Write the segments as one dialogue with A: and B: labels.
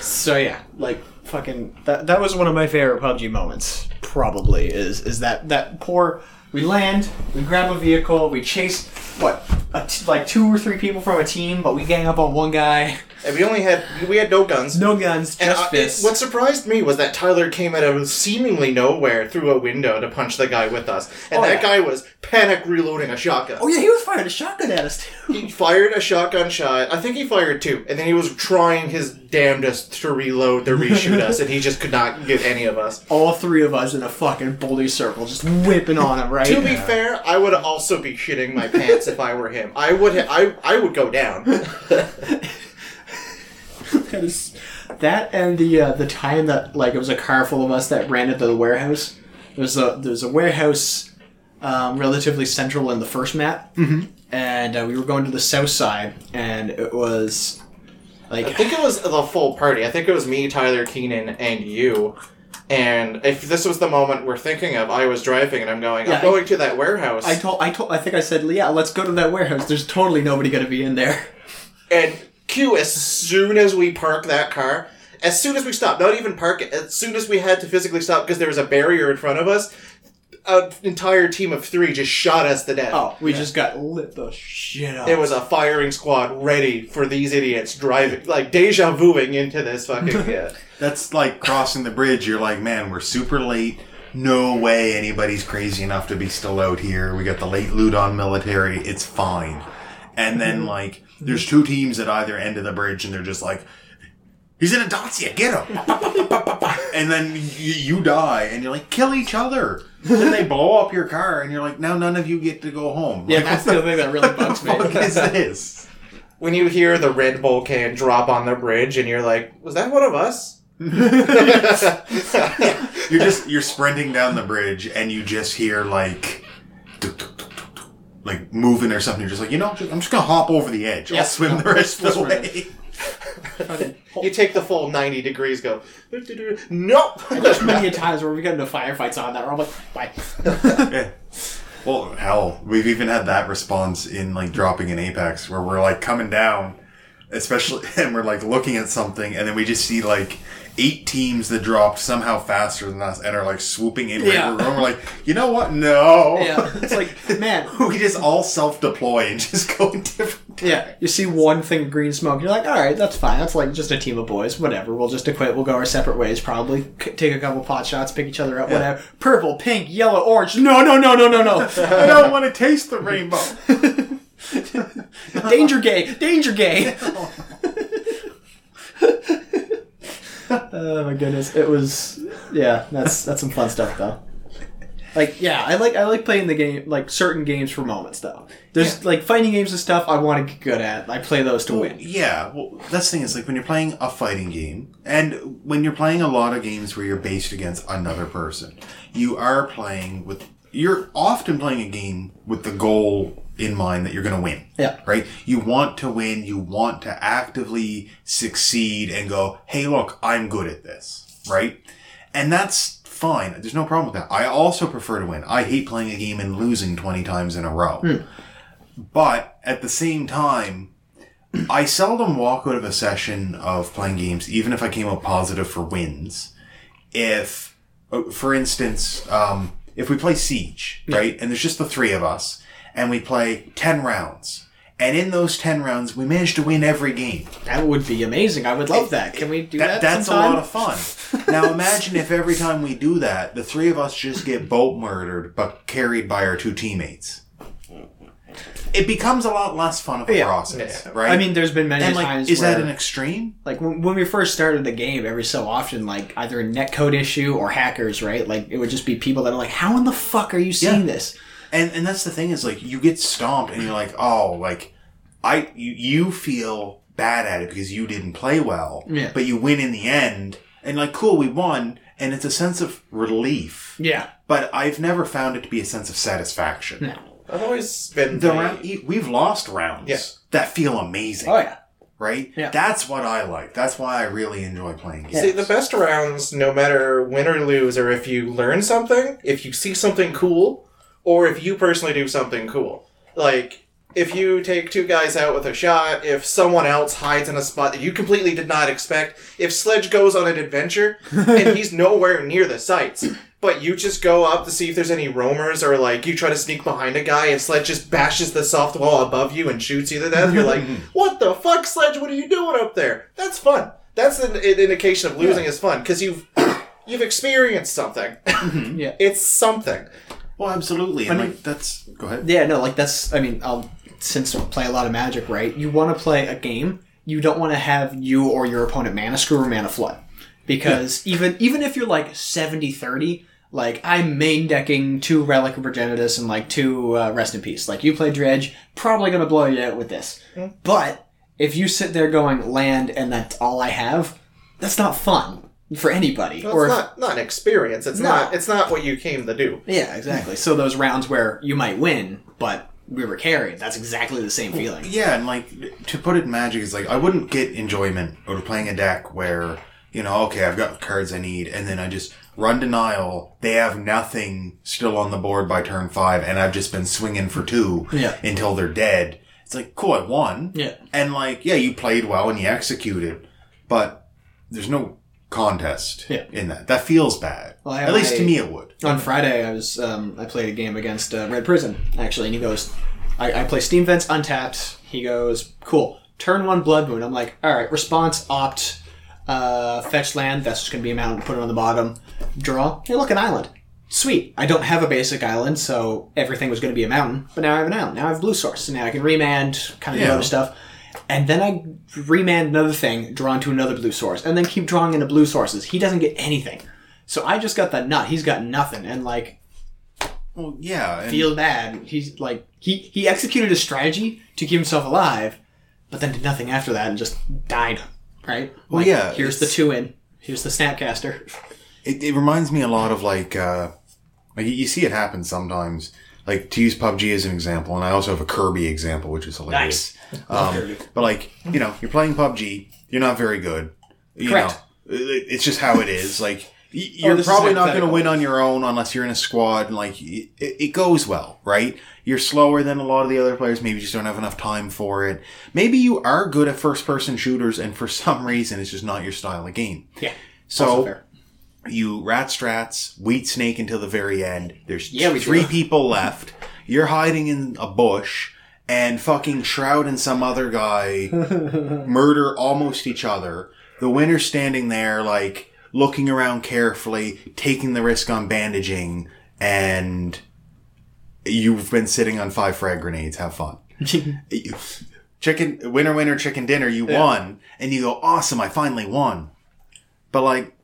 A: So yeah, like fucking that that was one of my favorite PUBG moments. Probably is is that that poor we land, we grab a vehicle, we chase what a t- like two or three people from a team, but we gang up on one guy.
B: And we only had we had no guns.
A: No guns,
B: And
A: just
B: I-
A: fists.
B: what surprised me was that Tyler came out of seemingly nowhere through a window to punch the guy with us, and
A: Oh, yeah.
B: that guy was panic reloading a shotgun.
A: oh yeah, he was firing a shotgun at us too.
B: He fired a shotgun shot. I think he fired two, and then he was trying his damnedest to reload to reshoot us, and he just could not get any of us.
A: All three of us in a fucking bully circle, just whipping on him right.
B: To be fair, I would also be shitting my pants if I were him. I would ha- I I would go down.
A: That is- that and the uh, the time that like it was a car full of us that ran into the warehouse. There's a there's a warehouse um, relatively central in the first map, mm-hmm. and uh, we were going to the south side, and it was
B: I
A: like
B: think it was the full party. I think it was me, Tyler, Keenan, and you. And if this was the moment we're thinking of, I was driving and I'm going,
A: Yeah, I-
B: I'm going to that warehouse.
A: I told I told I think I said yeah let's go to that warehouse. There's totally nobody gonna be in there.
B: and Q, as soon as we park that car, as soon as we stopped, not even park it, as soon as we had to physically stop because there was a barrier in front of us, an entire team of three just shot us to death.
A: Oh, we just got lit the shit up.
B: It was a firing squad ready for these idiots driving, like deja vuing into this fucking. yeah.
C: That's like crossing the bridge. You're like, man, we're super late. No way anybody's crazy enough to be still out here. We got the late loot on military. It's fine. And
A: Mm-hmm.
C: then, like, there's two teams at either end of the bridge, and they're just like, he's in a Dacia, get him. and then you, you die, and you're like, kill each other. then they blow up your car, and you're like, now none of you get to go home.
A: yeah,
C: Like,
A: that's the thing that really bugs me.
C: what the fuck is this?
B: when you hear the Red Bull can drop on the bridge and you're like, was that one of us?
C: You're just you're sprinting down the bridge and you just hear like tuk, tuk, tuk, tuk, tuk, like moving or something. You're just like, you know, just- I'm just gonna hop over the edge.
B: Yeah.
C: I'll swim the rest of the
A: swim it.
C: way.
B: You take the full 90 degrees, go, nope!
A: There's many a times where we got into firefights on that where I'm like, bye.
C: Yeah. Well, hell, we've even had that response in like dropping an apex where we're like coming down, especially, and we're like looking at something, and then we just see like eight teams that dropped somehow faster than us and are like swooping in. right
A: Yeah.
C: over and we're like, you know what? No.
A: Yeah, it's like man,
C: we just all self deploy and just go in different.
A: Yeah, you see one thing of green smoke, you're like, all right, that's fine. That's like just a team of boys, whatever. We'll just acquit. We'll go our separate ways, probably. C- take a couple pot shots, pick each other up, whatever. Purple, pink, yellow, orange. No, no, no, no, no, no.
C: I don't want to taste the rainbow.
A: danger gay, danger gay. oh my goodness, it was. Yeah, that's that's some fun stuff though. Like yeah, I like I like playing the game like certain games for moments though. There's like fighting games and stuff I want to get good at. I play those to win.
C: yeah, well, that's the thing is like when you're playing a fighting game, and when you're playing a lot of games where you're based against another person, you are playing with. You're often playing a game with the goal in mind that you're going to win.
A: Yeah.
C: Right? You want to win. You want to actively succeed and go, hey, look, I'm good at this. Right? And that's fine. There's no problem with that. I also prefer to win. I hate playing a game and losing 20 times in a row. But at the same time, I seldom walk out of a session of playing games, even if I came up positive for wins. If, uh, for instance, um, if we play Siege, right, and there's just the three of us, and we play 10 rounds, and in those 10 rounds, we manage to win every game.
A: That would be amazing. I would love that. Can we do that?
C: that's
A: sometime?
C: a lot of fun. now imagine if every time we do that, the three of us just get boat murdered, but carried by our two teammates. It becomes a lot less fun of a
A: Yeah.
C: process,
B: Yeah.
C: right?
A: I mean, there's been many
C: and like,
A: times
C: is
A: where,
C: that an extreme?
A: like when, when we first started the game, every so often, like either a netcode issue or hackers, right? Like it would just be people that are like, "How in the fuck are you seeing
C: Yeah.
A: this?"
C: And and that's the thing is like you get stomped and you're like, oh, like I you, you feel bad at it because you didn't play well,
A: Yeah.
C: but you win in the end, and like cool, we won, and it's a sense of relief.
A: Yeah,
C: But I've never found it to be a sense of satisfaction.
A: no,
B: I've always been
C: The
B: like-
C: round, we've lost rounds
B: Yeah.
C: that feel amazing,
A: oh yeah,
C: right?
A: Yeah.
C: That's what I like. That's why I really enjoy playing games.
B: See, the best rounds, no matter win or lose, are if you learn something, if you see something cool, or if you personally do something cool. Like, if you take two guys out with a shot, if someone else hides in a spot that you completely did not expect, if Sledge goes on an adventure and he's nowhere near the sights, but you just go up to see if there's any roamers or like you try to sneak behind a guy and Sledge just bashes the soft wall above you and shoots you to death, you're like, what the fuck, Sledge? What are you doing up there? That's fun. That's an, an indication of losing is fun because you've you've experienced something.
A: yeah.
B: it's something.
C: Well, absolutely. And
A: I mean-
C: like that's go ahead.
A: Yeah, no, like that's. I mean, I'll since I play a lot of Magic, right? You want to play a game. You don't want to have you or your opponent mana screw or mana flood, because even even if you're like 70-30, like I'm main decking two Relic of Progenitus and like two uh, Rest in Peace. Like you play Dredge, probably gonna blow you out with this. But if you sit there going land and that's all I have, that's not fun for anybody.
B: Well,
A: or
B: it's
A: if-
B: not not an experience. It's
A: No.
B: not it's not what you came to do.
A: yeah, exactly. So those rounds where you might win, but we were carried. That's exactly the same feeling.
C: Yeah, and like to put it in magic is like I wouldn't get enjoyment out of playing a deck where you know okay I've got the cards I need and then I just run denial. They have nothing still on the board by turn five, and I've just been swinging for two
A: Yeah.
C: until they're dead. It's like cool, I won.
A: Yeah.
C: and like yeah, you played well and you executed, but there's no contest
A: Yeah.
C: in that. That feels bad.
A: Well, I-
C: At least to
A: I-
C: me, it would.
A: on Friday, I was um, I played a game against uh, Red Prison actually, and he goes, I, I play Steam Vents untapped. He goes, cool. Turn one Blood Moon. I'm like, all right. Response opt, uh, fetch land. That's just gonna be a mountain. Put it on the bottom. Draw. Hey, look, an island. Sweet. I don't have a basic island, so everything was gonna be a mountain. But now I have an island. Now I have blue source. So now I can remand, kind of do
C: Yeah.
A: other stuff. And then I remand another thing, drawn to another blue source, and then keep drawing into blue sources. He doesn't get anything. So I just got that nut. He's got nothing, and like
C: Well, yeah, and-
A: feel bad. He's like he he executed a strategy to keep himself alive, but then did nothing after that and just died. Right? Well,
C: yeah,
A: Here's the
C: it's-
A: two in. Here's the snapcaster.
C: It, it reminds me a lot of like, uh, like you- you see it happen sometimes. Like to use PUBG as an example, and I also have a Kirby example, which is hilarious. Um,
A: Nice. Love Kirby.
C: But like, you know, you're playing PUBG, you're not very good. You
A: Correct. Oh,
C: Know, it- it's just how it is. Like y- you're
A: this is
C: probably not going to
A: hypothetical.
C: win on your own unless you're in a squad, and like it, it goes well, right? You're slower than a lot of the other players. Maybe you just don't have enough time for it. Maybe you are good at first-person shooters, and for some reason, it's just not your style of game.
A: Yeah.
C: So
A: Also fair.
C: you rat strats, wheat snake until the very end. There's
A: Yeah, we
C: three
A: do.
C: people left. You're hiding in a bush, and fucking Shroud and some other guy murder almost each other. The winner's standing there, like looking around carefully, taking the risk on bandaging, and you've been sitting on five frag grenades. Have fun. You- chicken winner, winner, chicken dinner. You won, and you go awesome. I finally won. But like,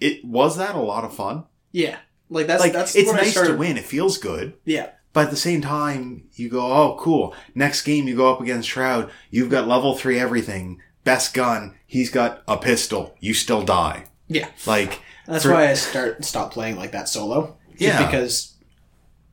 C: it was that a lot of fun.
A: yeah. Like that's
C: Like
A: that's
C: it's
A: when I
C: nice to
A: started-
C: win. It feels good.
A: Yeah.
C: But at the same time, you go, oh, cool. Next game, you go up against Shroud. You've got level three everything, best gun. He's got a pistol. You still die.
A: Yeah.
C: Like
A: That's
C: for-
A: why I start stop playing like that solo. Just
C: Yeah.
A: because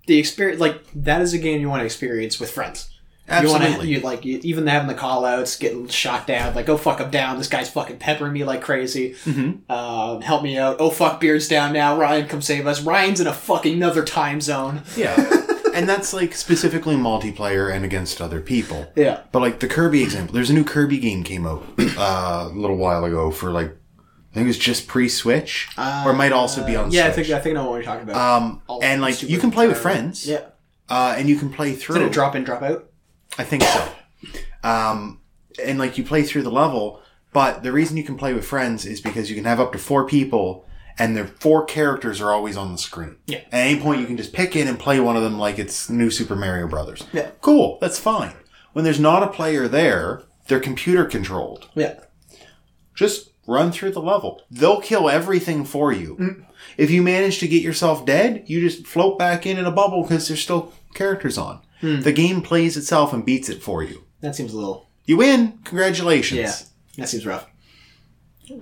A: the experience, like that, is a game you want to experience with friends. You want
C: Absolutely.
A: to, you like you, even having the call outs, getting shot down, like oh fuck, I'm down. This guy's fucking peppering me like crazy.
C: Mm-hmm.
A: Um, help me out. Oh fuck, Beard's down now. Ryan, come save us. Ryan's in a fucking another time zone.
C: yeah. and that's like specifically multiplayer and against other people.
A: Yeah,
C: But like the Kirby example, there's a new Kirby game came out uh, a little while ago for like I think it was just pre-Switch, or it might also be on
A: Uh, yeah. I
C: Switch.
A: think I think I know what you're talking about.
C: um,
A: All
C: and like
A: super
C: you can play with
A: Kirby.
C: friends,
A: yeah,
C: uh, and you can play through.
A: did it drop in, drop out?
C: I think so. Um, and like you play through the level, but the reason you can play with friends is because you can have up to four people, and their four characters are always on the screen.
A: Yeah.
C: At any point, you can just pick in and play one of them, like it's new Super Mario Brothers.
A: Yeah.
C: Cool. That's fine. When there's not a player there, they're computer controlled.
A: Yeah,
C: Just run through the level. They'll kill everything for you.
A: Mm-hmm.
C: If you manage to get yourself dead, you just float back in in a bubble because there's still characters on.
A: Hmm.
C: The game plays itself and beats it for you.
A: that seems a little.
C: You win. Congratulations.
A: Yeah, that seems rough.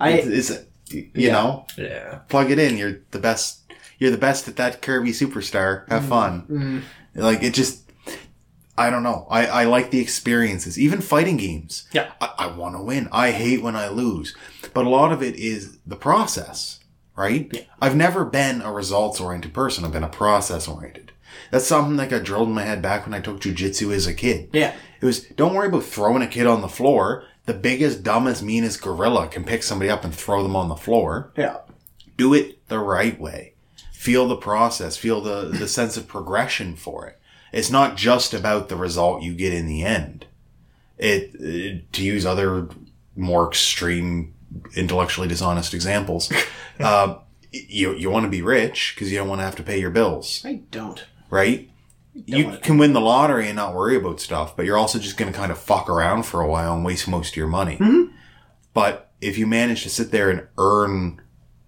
A: I
C: It's, it's- you know,
B: Yeah.
C: plug it in. You're the best. You're the best at that Kirby superstar.
A: Mm-hmm.
C: Have fun. Like it just. I don't know. I, I like the experiences, even fighting games.
A: yeah
C: I, I want to win. I hate when I lose. But a lot of it is the process, right? I've never been a results oriented person. I've been a process oriented. That's something that got drilled in my head back when I took jujitsu as a kid.
A: Yeah.
C: It was don't worry about throwing a kid on the floor. The biggest, dumbest, meanest gorilla can pick somebody up and throw them on the floor.
A: Yeah.
C: Do it the right way. Feel the process. Feel the, the sense of progression for it. It's not just about the result you get in the end. It, it- to use other more extreme, intellectually dishonest examples. uh, you you want to be rich because you don't want to have to pay your bills,
A: I don't.
C: right? You
A: wanna-
C: can win the lottery and not worry about stuff, but you're also just going to kind of fuck around for a while and waste most of your money.
A: Mm-hmm.
C: But if you manage to sit there and earn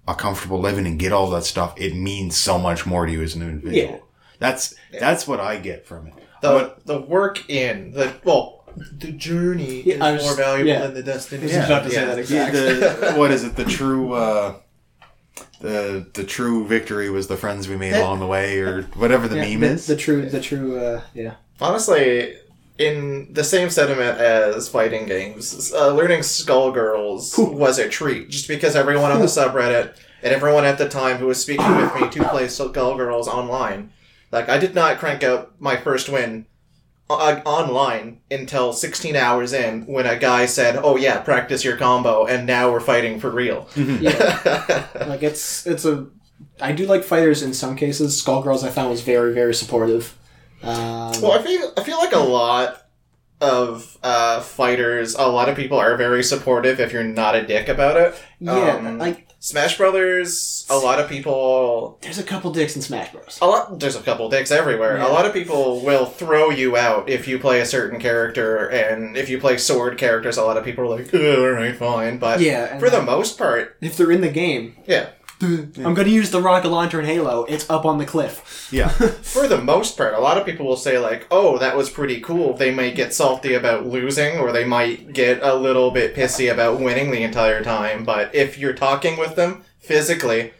C: a comfortable living and get all that stuff, it means so much more to you as an individual.
A: Yeah.
C: That's that's what I get from it.
B: The
C: But-
B: the work in the well, the journey
A: Yeah, I
B: is
A: was-
B: more valuable
A: yeah.
B: than the destination.
A: was about to say that
C: Yeah,
A: exactly.
C: the, what is it? The true uh, the the true victory was the friends we made along the way, or whatever the
A: Eh. Yeah,
C: meme
A: the,
C: is.
A: the true, the true, uh, yeah.
B: Honestly, in the same sentiment as fighting games, uh, learning Skullgirls was a treat. Just because everyone on the subreddit and everyone at the time who was speaking with me to play Skullgirls online, like I did not crank out my first win uh, online until 16 hours in when a guy said, "Oh yeah, practice your combo," and now we're fighting for real.
A: Yeah. like it's it's a. I do like fighters in some cases. Skullgirls I found was very very supportive. Um,
B: Well, I feel I feel like a lot of uh, fighters, a lot of people are very supportive if you're not a dick about it.
A: yeah,
B: um,
A: like
B: Smash Brothers, a lot of people,
A: there's a couple dicks in Smash Bros.
B: a lot. There's a couple dicks everywhere.
A: Yeah.
B: A lot of people will throw you out if you play a certain character, and if you play sword characters, a lot of people are like, "Ugh, all right, fine. But
A: Yeah, and
B: for the most part,
A: if they're in the game,
B: yeah,
A: I'm gonna use the rocket launcher in Halo. It's up on the cliff.
C: yeah,
B: for the most part, a lot of people will say like, "Oh, that was pretty cool." They might get salty about losing, or they might get a little bit pissy about winning the entire time. But if you're talking with them physically,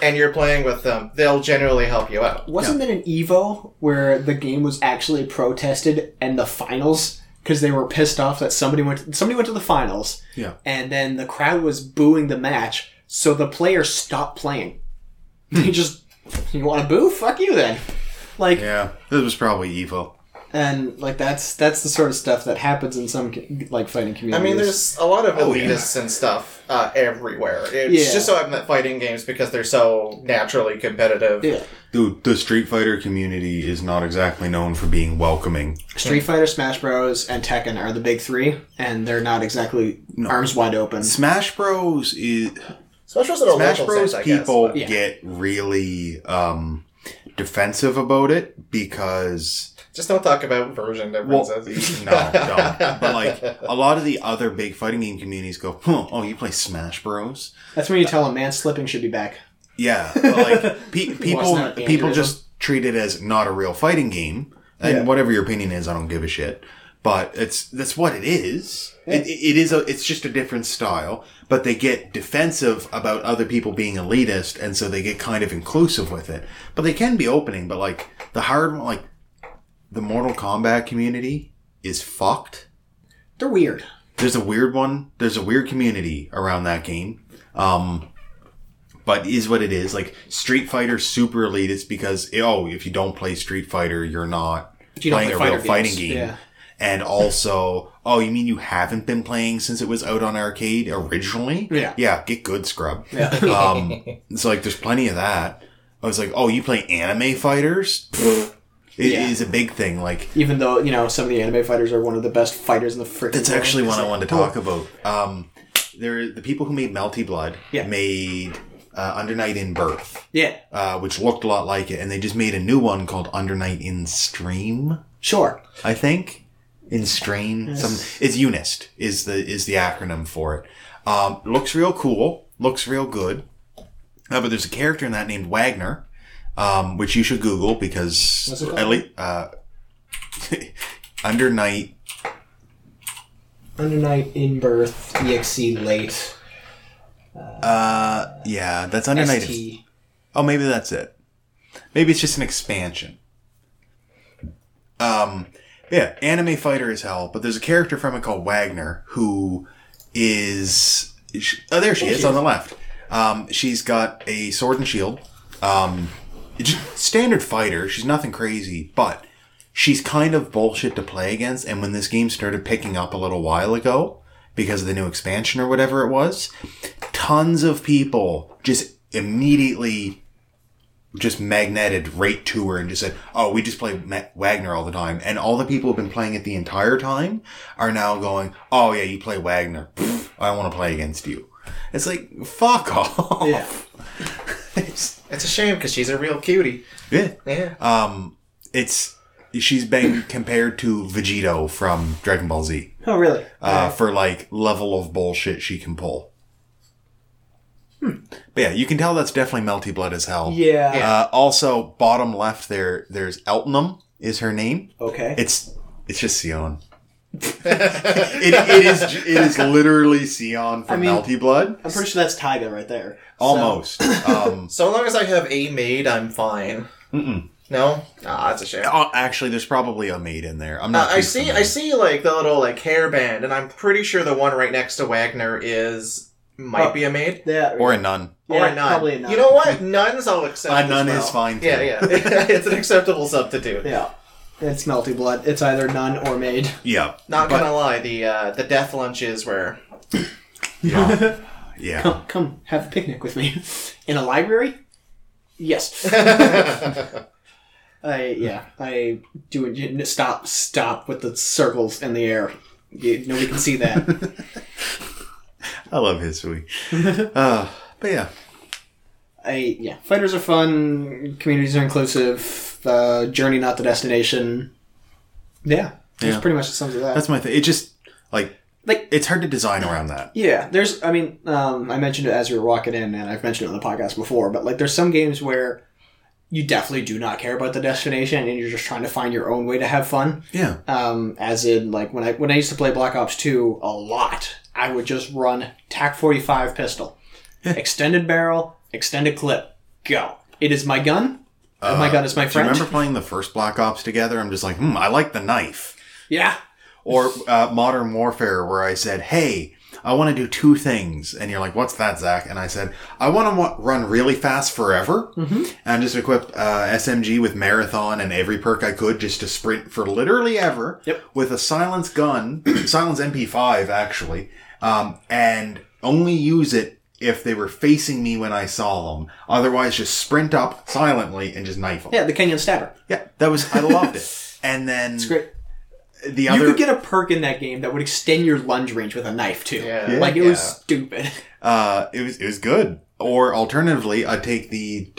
B: and you're playing with them, they'll generally help you out.
A: Wasn't it an Evo where the game was actually protested and the finals because they were pissed off that somebody went somebody went to the finals
C: yeah.
A: and then the crowd was booing the match, so the player stopped playing. They just you want to boo? Fuck you then. Like
C: Yeah, this was probably evil.
A: and like that's that's the sort of stuff that happens in some like fighting
B: I
A: communities.
B: mean, there's a lot of
C: Oh, yeah.
B: elitists and stuff uh, everywhere. It's
A: Yeah.
B: just so happened that fighting games because they're so naturally competitive.
A: yeah.
C: Dude, the Street Fighter community is not exactly known for being welcoming.
A: Street Fighter, Smash Bros, and Tekken are the big three, and they're not exactly arms wide open.
C: Smash Bros is
B: Smash Bros. in a
C: Smash
B: local
C: Bros.
B: sense, I guess,
C: people
B: but-
A: yeah.
C: get really um, defensive about it because
B: just don't talk about version
C: well,
B: differences.
C: no, don't. But like a lot of the other big fighting game communities go, huh, oh, you play Smash Bros.
A: That's when you tell a man slipping should be back.
C: Yeah, but like pe- people,
A: not
C: people
A: vandalism.
C: just treat it as not a real fighting game, and
A: Yeah.
C: whatever your opinion is, I don't give a shit. But it's that's what it is. It, it is a it's just a different style, but they get defensive about other people being elitist, and so they get kind of inclusive with it. But they can be opening. But like the hard one, like the Mortal Kombat community is fucked
A: They're weird.
C: there's a weird one. There's a weird community around that game. Um, but is what it is. Like Street Fighter Super Elite, it's because oh, if you don't play Street Fighter, you're not
A: You don't
C: playing
A: play
C: a real
A: fighter
C: fighting
A: games.
C: game.
A: Yeah.
C: And also, oh, you mean you haven't been playing since it was out on arcade originally?
A: Yeah.
C: Yeah, get good, scrub.
A: Yeah.
C: um, it's like there's plenty of that. I was like, oh, you play anime fighters? Pfft. It is
A: Yeah.
C: a big thing. Like
A: Even though you know some of the anime fighters are one of the best fighters in the freaking.
C: That's
A: world.
C: actually one I wanted to talk about. Um, there, the people who made Melty Blood
A: Yeah.
C: made uh, Under Night in Birth,
A: Yeah.
C: uh, which looked a lot like it, and they just made a new one called Under Night in Stream.
A: Sure.
C: I think in Stream. Some it's Unist is the is the acronym for it. Um, looks real cool. Looks real good. Uh, but there's a character in that named Wagner, um, which you should Google because
A: What's it called?
C: at least uh, Under Night
A: Under night in birth, exe late.
C: Uh, yeah, that's Under Night. of-
A: ST.
C: Oh, maybe that's it. Maybe it's just an expansion. Um, yeah, anime fighter as hell, but there's a character from it called Wagner who is. sh- Oh, there she is on the left. Um, she's got a sword and shield. Um, just standard fighter. She's nothing crazy, but she's kind of bullshit to play against. And when this game started picking up a little while ago, because of the new expansion or whatever it was, tons of people just immediately just magneted right to her and just said, "Oh, we just play Ma- Wagner all the time." And all the people who've been playing it the entire time are now going, "Oh yeah, you play Wagner. Pfft, I want to play against you." It's like fuck off.
A: Yeah.
C: It's-
B: It's a shame because she's a real cutie.
C: yeah.
B: Yeah.
C: Um, it's she's been compared to Vegito from Dragon Ball Z
A: Oh, really?
C: uh, for like level of bullshit she can pull. Hmm. But yeah, you can tell that's definitely melty blood as hell.
A: yeah.
B: yeah.
C: Uh, also, bottom left there, there's Eltonum is her name.
A: Okay.
C: It's it's just Sion. it, it is it is literally Sion from
A: I mean-
C: Melty Blood,
A: I'm pretty sure that's Tyga right there. So-
C: almost. um,
B: so long as I have a maid, I'm fine.
C: mm-mm.
B: No? Ah, that's a shame.
C: Oh, actually, there's probably a maid in there. I'm
B: Uh,
C: not.
B: I
C: too
B: see. I
C: familiar.
B: see, like the little like hairband, and I'm pretty sure the one right next to Wagner is might
C: Uh,
A: Oh.
B: be a maid
A: yeah.
C: Or a nun.
B: or
A: Yeah,
B: a nun.
A: probably a nun.
B: You know what? Nuns, I'll accept.
C: A
B: as
C: nun
B: well.
C: is fine,
B: Yeah,
C: too.
B: yeah. it's an acceptable substitute.
A: yeah. It's melty blood. It's either nun or maid.
C: Yeah.
B: Not
C: But-
B: gonna lie, the uh, the death lunches were
C: Yeah. yeah.
A: Come, Oh, come, have a picnic with me in a library. Yes. I yeah. I do it. Stop! Stop with the circles in the air. You- Nobody can see that.
C: I love history. uh, but yeah,
A: I yeah. Fighters are fun. Communities are inclusive. Uh, journey not the destination. Yeah. That's
C: Yeah.
A: pretty much the sums of that.
C: that's my thing. It just like
A: Like-
C: it's hard to design around that.
A: Yeah, there's. I mean, um, I mentioned it as we were walking in, and I've mentioned it on the podcast before. But like, there's some games where you definitely do not care about the destination, and you're just trying to find your own way to have fun.
C: Yeah.
A: Um, as in, like when I when I used to play Black Ops Two a lot, I would just run TAC forty five pistol, extended barrel, extended clip, go. It is my gun. and my gun is my
C: Uh, Do you
A: friend.
C: remember playing the first Black Ops together? I'm just like, hmm, I like the knife.
A: Yeah,
C: Or uh, Modern Warfare, where I said, hey, I want to do two things. And you're like, what's that, Zach? And I said, I want to wa- run really fast forever.
A: Mm-hmm.
C: And I just equipped uh, SMG with Marathon and every perk I could just to sprint for literally ever
A: Yep.
C: with a silenced gun, silenced MP5, actually, um, and only use it if they were facing me when I saw them. Otherwise, just sprint up silently and just knife them.
A: yeah, the Kenyan stabber.
C: Yeah, that was I loved it. And then
A: It's great.
C: the
A: You
C: other
A: could get a perk in that game that would extend your lunge range with a knife too.
B: Yeah. Yeah.
A: Like it was
B: Yeah.
A: stupid.
C: uh it was it was good. Or alternatively, I'd take the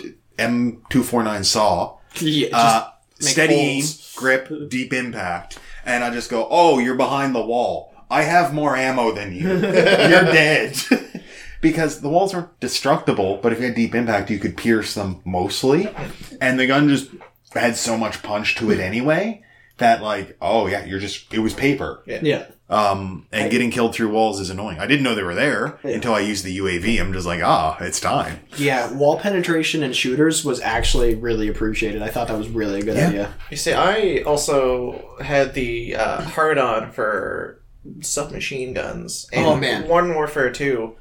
C: M249 saw.
A: yeah, just-
C: Uh
A: make
C: steady aim,
A: holes.
C: grip, deep impact, and I just go, "Oh, you're behind the wall. I have more ammo than you. you're dead." because the walls are destructible, but if you had deep impact, you could pierce them mostly. And the gun just had so much punch to it anyway that like, "Oh, yeah, you're just it was paper."
A: yeah.
C: Um, and getting killed through walls is annoying. I didn't know they were there until I used the UAV. I'm just like, ah, it's time.
A: Yeah, wall penetration in shooters was actually really appreciated. I thought that was really a good
C: Yeah.
A: idea.
B: You see, I also had the uh, hard on for submachine guns. And
A: Oh, man.
B: Modern Warfare 2,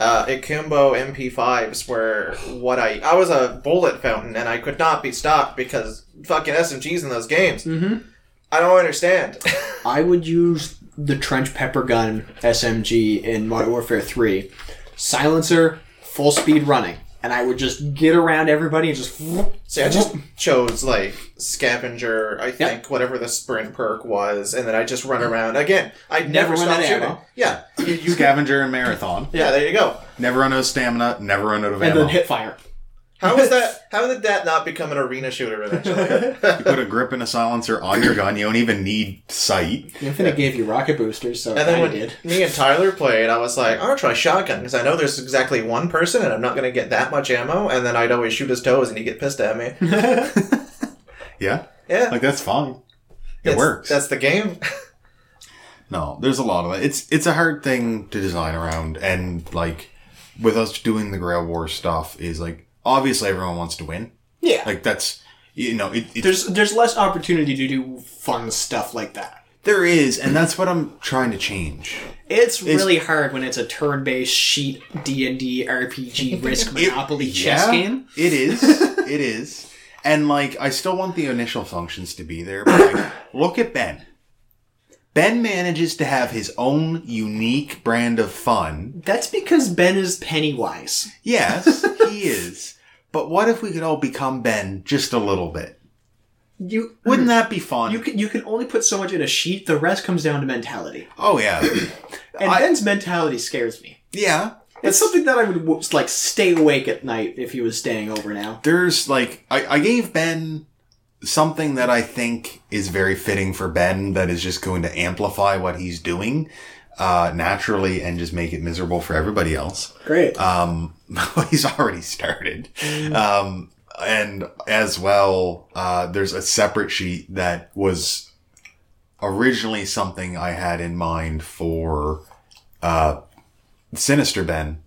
B: uh, Akimbo MP5s were what I. I was a bullet fountain and I could not be stopped because fucking SMGs in those games.
A: Mhm.
B: I don't understand.
A: I would use the trench pepper gun SMG in Modern Warfare 3. Silencer, full speed running. And I would just get around everybody and just.
B: See, I just chose, like, scavenger, I think, whatever the sprint perk was, and then I just run around. Again, I never,
A: Never run out
B: stopped
A: of
B: shooting.
A: ammo.
B: Yeah. You, you,
C: Scavenger and marathon.
B: yeah, there you go.
C: Never run out of stamina. Never run out of
A: And
C: ammo.
A: then hit fire.
B: How is that? How did that not become an arena shooter eventually?
C: you put a grip and a silencer on your gun. You don't even need sight.
A: Infinite gave you rocket boosters, so
B: And then
A: I
B: when
A: did.
B: me and Tyler played, I was like, I'll try shotgun because I know there's exactly one person and I'm not going to get that much ammo. And then I'd always shoot his toes and he'd get pissed at me.
C: Yeah,
B: Yeah.
C: like that's fine. It
B: That's-
C: works.
B: That's the game.
C: No, there's a lot of that. It's it's a hard thing to design around, and like with us doing the Grail War stuff, is like obviously everyone wants to win.
A: Yeah.
C: Like that's you know it, it's
A: There's, there's less opportunity to do fun stuff like that.
C: There is, and that's what I'm trying to change.
A: It's really hard when it's a turn-based sheet D and D RPG Risk Monopoly chess
C: Yeah,
A: game.
C: It is. it is. And like, I still want the initial functions to be there. But like, look at Ben. Ben manages to have his own unique brand of fun.
A: That's because Ben is Pennywise.
C: Yes, he is. But what if we could all become Ben just a little bit?
A: You
C: Wouldn't that be fun?
A: Hmm. you can you can only put so much in a sheet. The rest comes down to mentality,
C: oh yeah,
A: and
C: I-
A: Ben's mentality scares me.
C: yeah.
A: It's something that I would w- like stay awake at night if he was staying over now.
C: there's like I, I gave Ben something that I think is very fitting for Ben that is just going to amplify what he's doing uh, naturally and just make it miserable for everybody else.
A: Great.
C: Um, what he's already started. Um, and as well, uh, there's a separate sheet that was originally something I had in mind for uh, Sinister Ben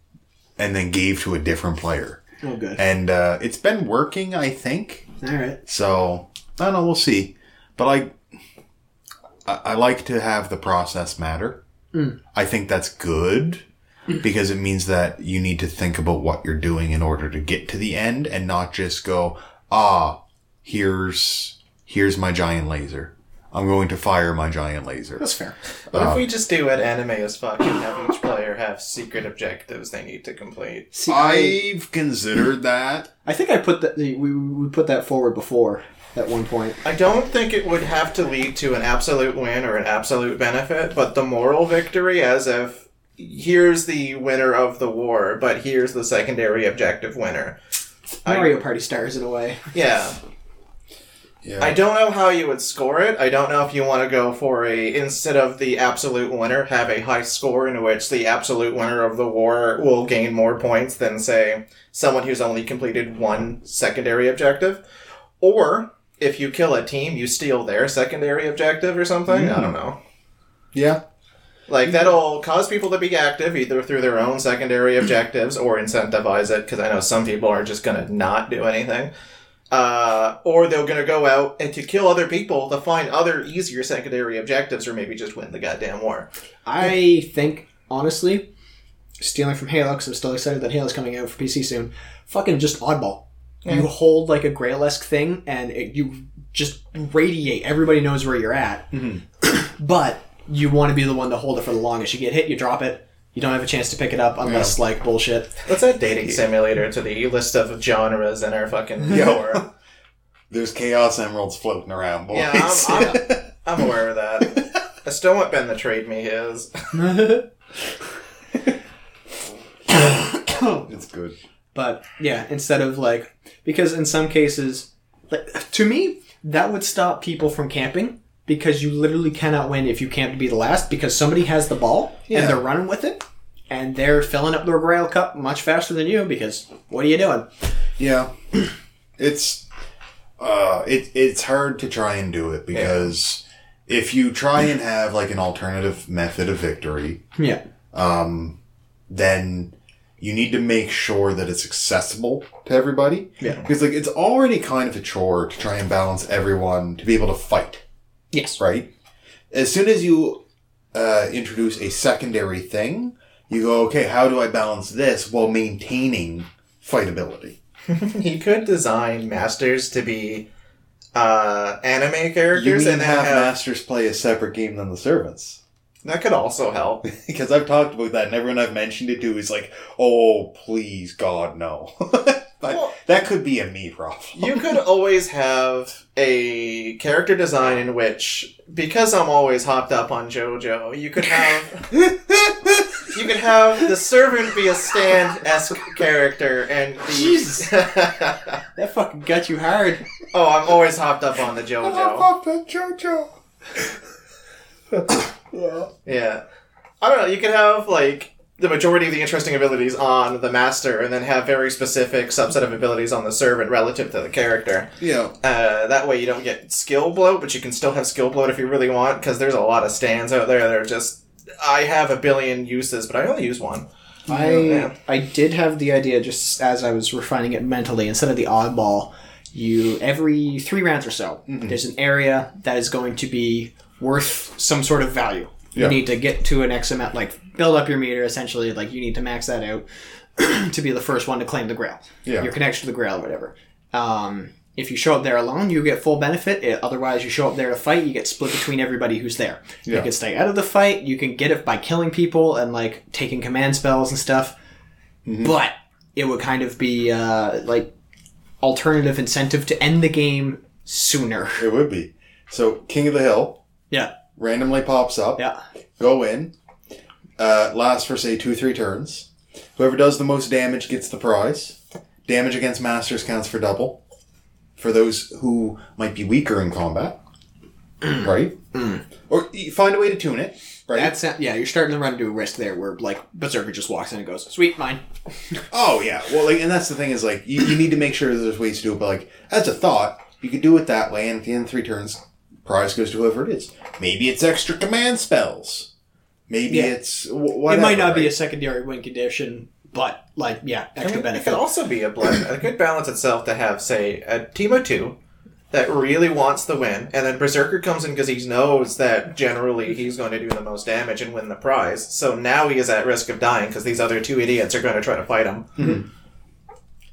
C: and then gave to a different player
A: oh, good.
C: and uh, it's been working, I think.
A: All right.
C: So I don't know. We'll see. But I, I, I like to have the process matter. I think that's good because it means that you need to think about what you're doing in order to get to the end, and not just go, ah, here's here's my giant laser. I'm going to fire my giant laser.
A: That's fair.
B: What if we just do what anime as fuck and have each player have secret objectives they need to complete?
A: See, I,
C: I've considered that.
A: I think I put that the- we, we put that forward before at one point.
B: I don't think it would have to lead to an absolute win or an absolute benefit, but the moral victory, as if here's the winner of the war, but here's the secondary objective winner. I-
A: Mario Party stars in a way.
B: Yeah.
C: Yeah.
B: I don't know how you would score it. I don't know if you want to go for a instead of the absolute winner, have a high score in which the absolute winner of the war will gain more points than say someone who's only completed one secondary objective. Or if you kill a team, you steal their secondary objective or something. I don't know.
C: yeah.
B: Like that'll cause people to be active either through their own secondary objectives or incentivize it because I know some people are just gonna not do anything, uh, or they're gonna go out and to kill other people to find other easier secondary objectives or maybe just win the goddamn war.
A: I think honestly, stealing from Halo because I'm still excited that Halo's coming out for PC soon. Fucking just oddball. You hold like a Grail-esque thing, and it, you just radiate. Everybody knows where you're at, but you want to be the one to hold it for the longest. You get hit, you drop it. You don't have a chance to pick it up unless like bullshit.
B: Let's add dating simulator to the list of genres in our fucking
C: Yeah.
B: war.
C: There's chaos emeralds floating around, boys.
B: Yeah, I'm, I'm, I'm aware of that. I still want Ben to trade me his.
C: it's good.
A: But yeah, instead of like, because in some cases, like to me, that would stop people from camping because you literally cannot win if you camp to be the last because somebody has the ball
C: Yeah.
A: and they're running with it and they're filling up their grail cup much faster than you because what are you doing?
C: Yeah, it's uh, it it's hard to try and do it because if you try and have like an alternative method of victory,
A: Yeah.
C: then you need to make sure that it's accessible to everybody.
A: Yeah.
C: because like it's already kind of a chore to try and balance everyone to be able to fight.
A: Yes.
C: Right. As soon as you uh, introduce a secondary thing, you go, okay, how do I balance this while maintaining fightability?
B: He could design masters to be uh, anime characters
C: you mean
B: and then
C: have,
B: have
C: masters play a separate game than the servants
B: That could also help.
C: because i've talked about that and everyone i've mentioned it to is like oh please god no but
B: Well-
C: that could be a me problem
B: you could always have a character design in which, because I'm always hopped up on JoJo, you could have you could have the servant be a stand esque character, and the
A: Jesus. That fucking got you hard.
B: oh, I'm always hopped up on the JoJo.
C: jojo yeah
B: Yeah, I don't know. You could have like the majority of the interesting abilities on the master, and then have very specific subset of abilities on the servant relative to the character.
C: yeah
B: Uh, that way you don't get skill bloat, but you can still have skill bloat if you really want, because there's a lot of stands out there that are just. I have a billion uses, but I only use one.
A: I
B: Yeah.
A: I did have the idea just as I was refining it mentally. Instead of the oddball, you every three rounds or so, there's an area that is going to be worth some sort of value.
C: Yeah.
A: You need to get to an X amount, like build up your meter essentially. Like you need to max that out to be the first one to claim the Grail,
C: Yeah.
A: your connection to the Grail, or whatever. Um, if you show up there alone, you get full benefit. Eh, Otherwise, you show up there to fight, you get split between everybody who's there.
C: Yeah.
A: You can stay out of the fight. You can get it by killing people and like taking command spells and stuff. But it would kind of be uh, like alternative incentive to end the game sooner.
C: It would be. So King of the Hill
A: Yeah.
C: randomly pops up.
A: Yeah.
C: Go in. Uh, lasts for say two three turns. Whoever does the most damage gets the prize. Damage against masters counts for double. For those who might be weaker in combat,
A: Mm.
C: right? Or you find a way to tune it, right?
A: That's yeah. You're starting to run into a risk there, where like Berserker just walks in and goes, "Sweet, mine."
C: Oh yeah, well, like, and that's the thing is like you, you need to make sure that there's ways to do it, but like as a thought, you could do it that way, and at the end of three turns, prize goes to whoever it is. Maybe it's extra command spells. Maybe
A: Yeah.
C: it's wh- whatever.
A: it might not be a
C: right?
A: secondary win condition, but like yeah,
B: I mean,
A: extra
B: It
A: benefit.
B: could also be a blend, a good balance itself to have, say, a team of two that really wants the win, and then Berserker comes in because he knows that generally he's going to do the most damage and win the prize. So now he is at risk of dying because these other two idiots are going to try to fight him.
C: Mm-hmm.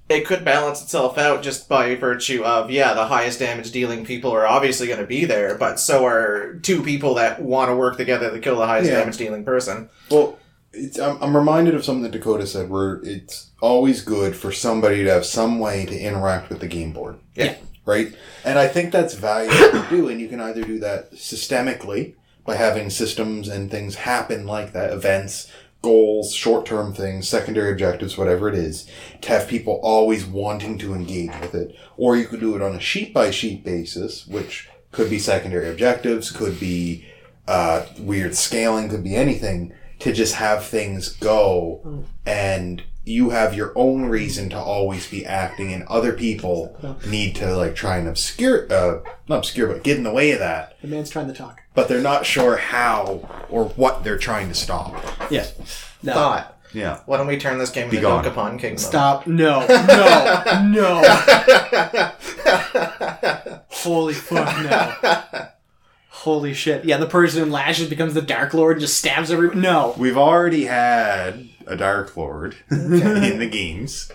B: It could balance itself out just by virtue of, yeah, the highest damage dealing people are obviously going to be there, but so are two people that want to work together to kill the highest
C: Yeah.
B: damage dealing person.
C: Well, it's, I'm, I'm reminded of something that Dakota said, where it's always good for somebody to have some way to interact with the game board.
B: Yeah.
C: Right, and I think that's valuable to do, and you can either do that systemically by having systems and things happen like that, events, goals, short-term things, secondary objectives, whatever it is, to have people always wanting to engage with it, or you could do it on a sheet-by-sheet basis, which could be secondary objectives, could be uh, weird scaling could be anything to just have things go and you have your own reason to always be acting and other people need to like try and obscure uh not obscure but get in the way of that
A: the man's trying to talk.
C: but they're not sure how or what they're trying to stop
A: Yeah. Um, No.
B: Thought.
C: yeah
B: Why don't we turn this game into
C: gone.
B: Dokapon Kingdom?
A: Stop. No. No. no. Holy fuck no. Holy shit. Yeah, the person in lashes becomes the Dark Lord and just stabs everyone. No.
C: we've already had a dark lord in the games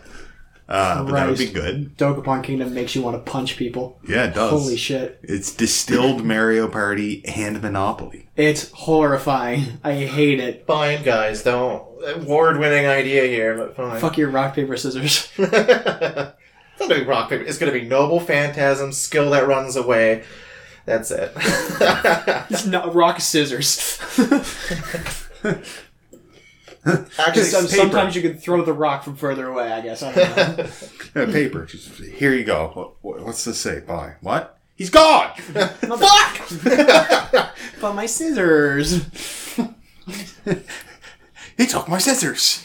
C: uh, but that would be
A: Christ.
C: good
A: Dokapon Kingdom makes you want to punch people.
C: yeah it does
A: Holy shit.
C: it's distilled mario party and monopoly
A: It's horrifying. I hate it.
B: Fine, guys, don't. Award winning idea here, but fine.
A: Fuck your rock, paper, scissors.
B: It's not gonna be rock, paper. It's gonna be noble phantasm, skill that runs away. That's it.
A: It's not rock, scissors.
B: Actually,
A: Some-
C: paper.
A: sometimes you can throw the rock from further away, I guess. I don't know.
C: Yeah, paper. Just, Here you go. What- what- What's this say? Bye. What? He's gone.
A: Fuck! but my scissors.
C: he took my scissors.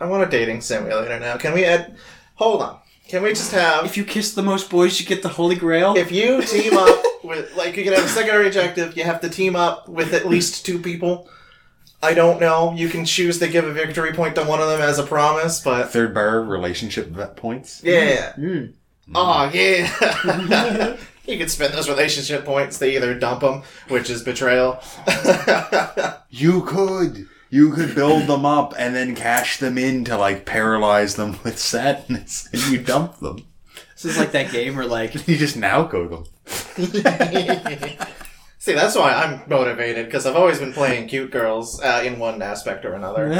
B: I want a dating simulator now. Can we add? Hold on. Can we just have?
A: If you kiss the most boys, you get the Holy Grail.
B: If you team up with, like, you can have a secondary objective. You have to team up with at least two people. I don't know. You can choose to give a victory point to one of them as a promise, but
C: Third bar relationship vet points.
B: yeah.
A: Mm.
B: Oh yeah. you can spend those relationship points to either dump them, which is betrayal.
C: You could. You could build them up and then cash them in to like paralyze them with sadness, and you dump them.
A: This is like that game where, like,
C: You just now go them.
B: See, that's why I'm motivated because I've always been playing cute girls uh, in one aspect or another.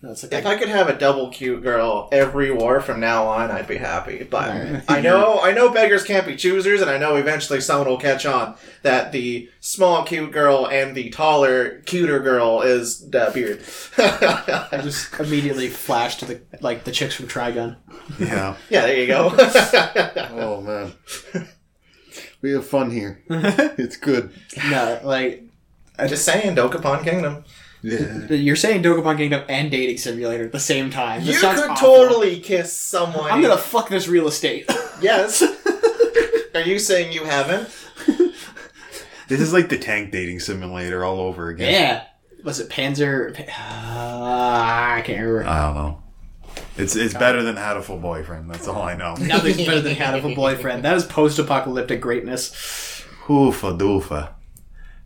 A: No, it's like
B: if
A: that-
B: I could have a double cute girl every war from now on, I'd be happy. But I know, I know, beggars can't be choosers, and I know eventually someone will catch on that the small cute girl and the taller, cuter girl is the beard.
A: I just immediately flashed to the like the chicks from Trigun.
C: Yeah.
B: yeah, there you go.
C: oh man. We have fun here. It's good.
A: No, like
B: Just saying, Dokapon Kingdom.
C: Yeah.
A: you're saying Dokapon Kingdom and Dating Simulator at the same time. That
B: you
A: sounds
B: could
A: awful.
B: totally kiss someone.
A: I'm gonna fuck this real estate.
B: Yes. Are you saying you haven't?
C: This is like the tank dating simulator all over again.
A: yeah. Was it Panzer? Pa- Uh, I can't remember.
C: I don't know. It's it's better than Hatful Boyfriend. That's all I know.
A: Nothing's better than had of a boyfriend. That is post-apocalyptic greatness.
C: Hoofa doofa.